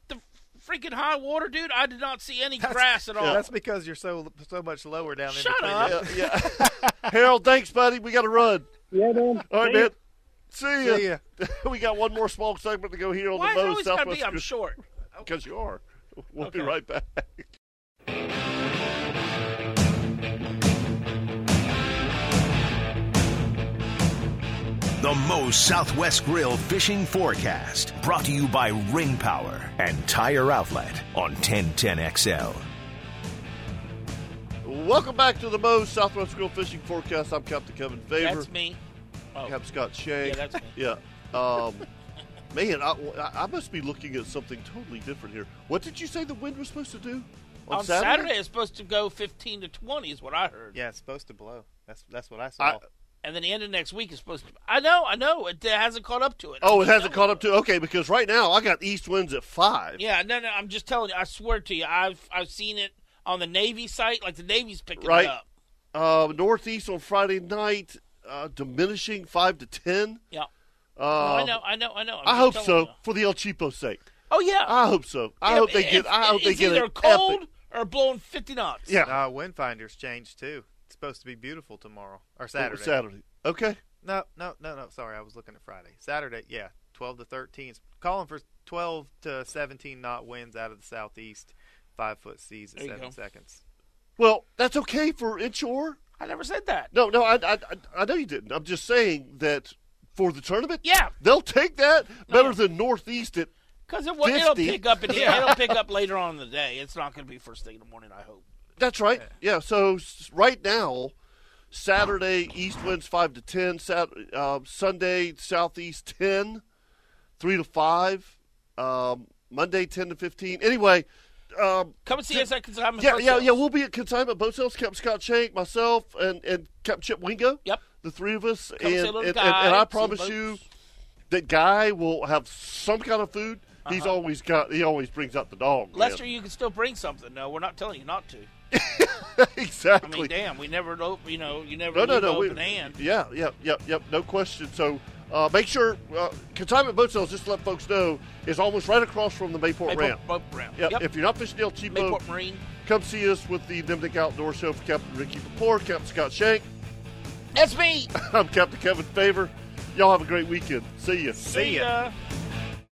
Speaker 4: the freaking high water, dude, I did not see any
Speaker 5: That's-
Speaker 4: grass at all.
Speaker 5: Oh, That's because you're so so much lower down there.
Speaker 4: Shut up.
Speaker 1: Yeah. yeah. Harold, thanks, buddy. We got to run.
Speaker 8: Yeah, man.
Speaker 1: All right,
Speaker 8: See ya.
Speaker 1: man. See ya.
Speaker 5: See ya.
Speaker 1: we got one more small segment to go here on
Speaker 4: Why is
Speaker 1: the
Speaker 4: it
Speaker 1: Moe's
Speaker 4: always got to
Speaker 1: Southwest
Speaker 4: be I'm short?
Speaker 1: because you are. We'll be
Speaker 4: Okay.
Speaker 1: right back.
Speaker 3: The Moe's Southwest Grill Fishing Forecast, brought to you by Ring Power and Tire Outlet on 1010XL.
Speaker 1: Welcome back to the Moe's Southwest Grill Fishing Forecast. I'm Captain Kevin Favor.
Speaker 4: That's me. Oh.
Speaker 1: Captain Scott Shea.
Speaker 4: Yeah, that's me.
Speaker 1: Yeah. Um, man, I, I- I must be looking at something totally different here. What did you say the wind was supposed to do on,
Speaker 4: On Saturday, it's supposed to go 15 to 20 is what I heard.
Speaker 5: Yeah, it's supposed to blow. That's that's what I saw.
Speaker 1: I-
Speaker 4: And then the end of next week is supposed to I know, I know. It hasn't caught up to it.
Speaker 1: Oh, it hasn't caught up to okay because right now I got east winds at five.
Speaker 4: Yeah, no, no. I'm just telling you. I swear to you, I've I've seen it on the Navy site. Like the Navy's picking
Speaker 1: Right.
Speaker 4: it up.
Speaker 1: Uh, northeast on Friday night, uh, diminishing five to ten.
Speaker 4: Yeah.
Speaker 1: Uh,
Speaker 4: I know, I know, I know. I'm
Speaker 1: I hope
Speaker 4: just
Speaker 1: so
Speaker 4: telling you.
Speaker 1: for the El Chipo's sake.
Speaker 4: Oh yeah.
Speaker 1: I hope so. I
Speaker 4: Yeah,
Speaker 1: hope they
Speaker 4: it-
Speaker 1: get. I
Speaker 4: it-
Speaker 1: hope they
Speaker 4: it's
Speaker 1: get
Speaker 4: either
Speaker 1: an
Speaker 4: cold
Speaker 1: epic-
Speaker 4: or blowing 50 knots.
Speaker 1: Yeah,
Speaker 5: Uh, wind finders changed too. It's supposed to be beautiful tomorrow or Saturday.
Speaker 1: Saturday. Okay.
Speaker 5: No, no, no, no. Sorry, I was looking at Friday. Saturday, yeah, twelve to thirteen. It's calling for twelve to seventeen knot winds out of the southeast. Five foot seas at
Speaker 4: There you
Speaker 5: seven
Speaker 4: go.
Speaker 5: seconds.
Speaker 1: Well, that's okay for inshore.
Speaker 4: I never said that.
Speaker 1: No, no, I, I, I- I know you didn't. I'm just saying that for the tournament,
Speaker 4: Yeah.
Speaker 1: they'll take that better than northeast at
Speaker 4: Because it, will it'll
Speaker 1: 50.
Speaker 4: pick up. In, It'll pick up later on in the day. It's not going to be first thing in the morning. I hope.
Speaker 1: That's right. Yeah. So s- right now, Saturday east winds five to ten. Sat, uh, Sunday southeast 10, 3 to five. Um, Monday ten to fifteen. Anyway, um,
Speaker 4: Come and see us at Consignment
Speaker 1: yeah,
Speaker 4: Boat
Speaker 1: yeah,
Speaker 4: Sales.
Speaker 1: yeah. We'll be at consignment boat sales. Captain Scott Shank, myself, and and Captain Chip Wingo.
Speaker 4: Yep.
Speaker 1: The three of us,
Speaker 4: Come
Speaker 1: and,
Speaker 4: say
Speaker 1: and,
Speaker 4: hello to
Speaker 1: and,
Speaker 4: Guy,
Speaker 1: and I
Speaker 4: see
Speaker 1: promise
Speaker 4: boats.
Speaker 1: you, that guy will have some kind of food. He's always got. He always brings out the dog. man.
Speaker 4: Uh-huh. Lester, you can still bring something. No, we're not telling you not to. I
Speaker 1: exactly.
Speaker 4: mean, damn, we never know. You know, you never
Speaker 1: No, no,
Speaker 4: leave
Speaker 1: no.
Speaker 4: open
Speaker 1: we-
Speaker 4: hand.
Speaker 1: Yeah, yeah, yep, yep. No question. So uh, make sure uh, consignment boat sales. Just to let folks know is almost right across from the Mayport
Speaker 4: Hey,
Speaker 1: Ramp.
Speaker 4: boat- boat ramp.
Speaker 1: Yep.
Speaker 4: Yep.
Speaker 1: If you're not fishing El Cheapo,
Speaker 4: Mayport Marine.
Speaker 1: come see us with the Nimnik Outdoor Show for Captain Ricky Papore, Captain Scott Shank.
Speaker 4: That's me.
Speaker 1: I'm Captain Kevin Favor. Y'all have a great weekend. See ya.
Speaker 5: See ya.
Speaker 4: ya.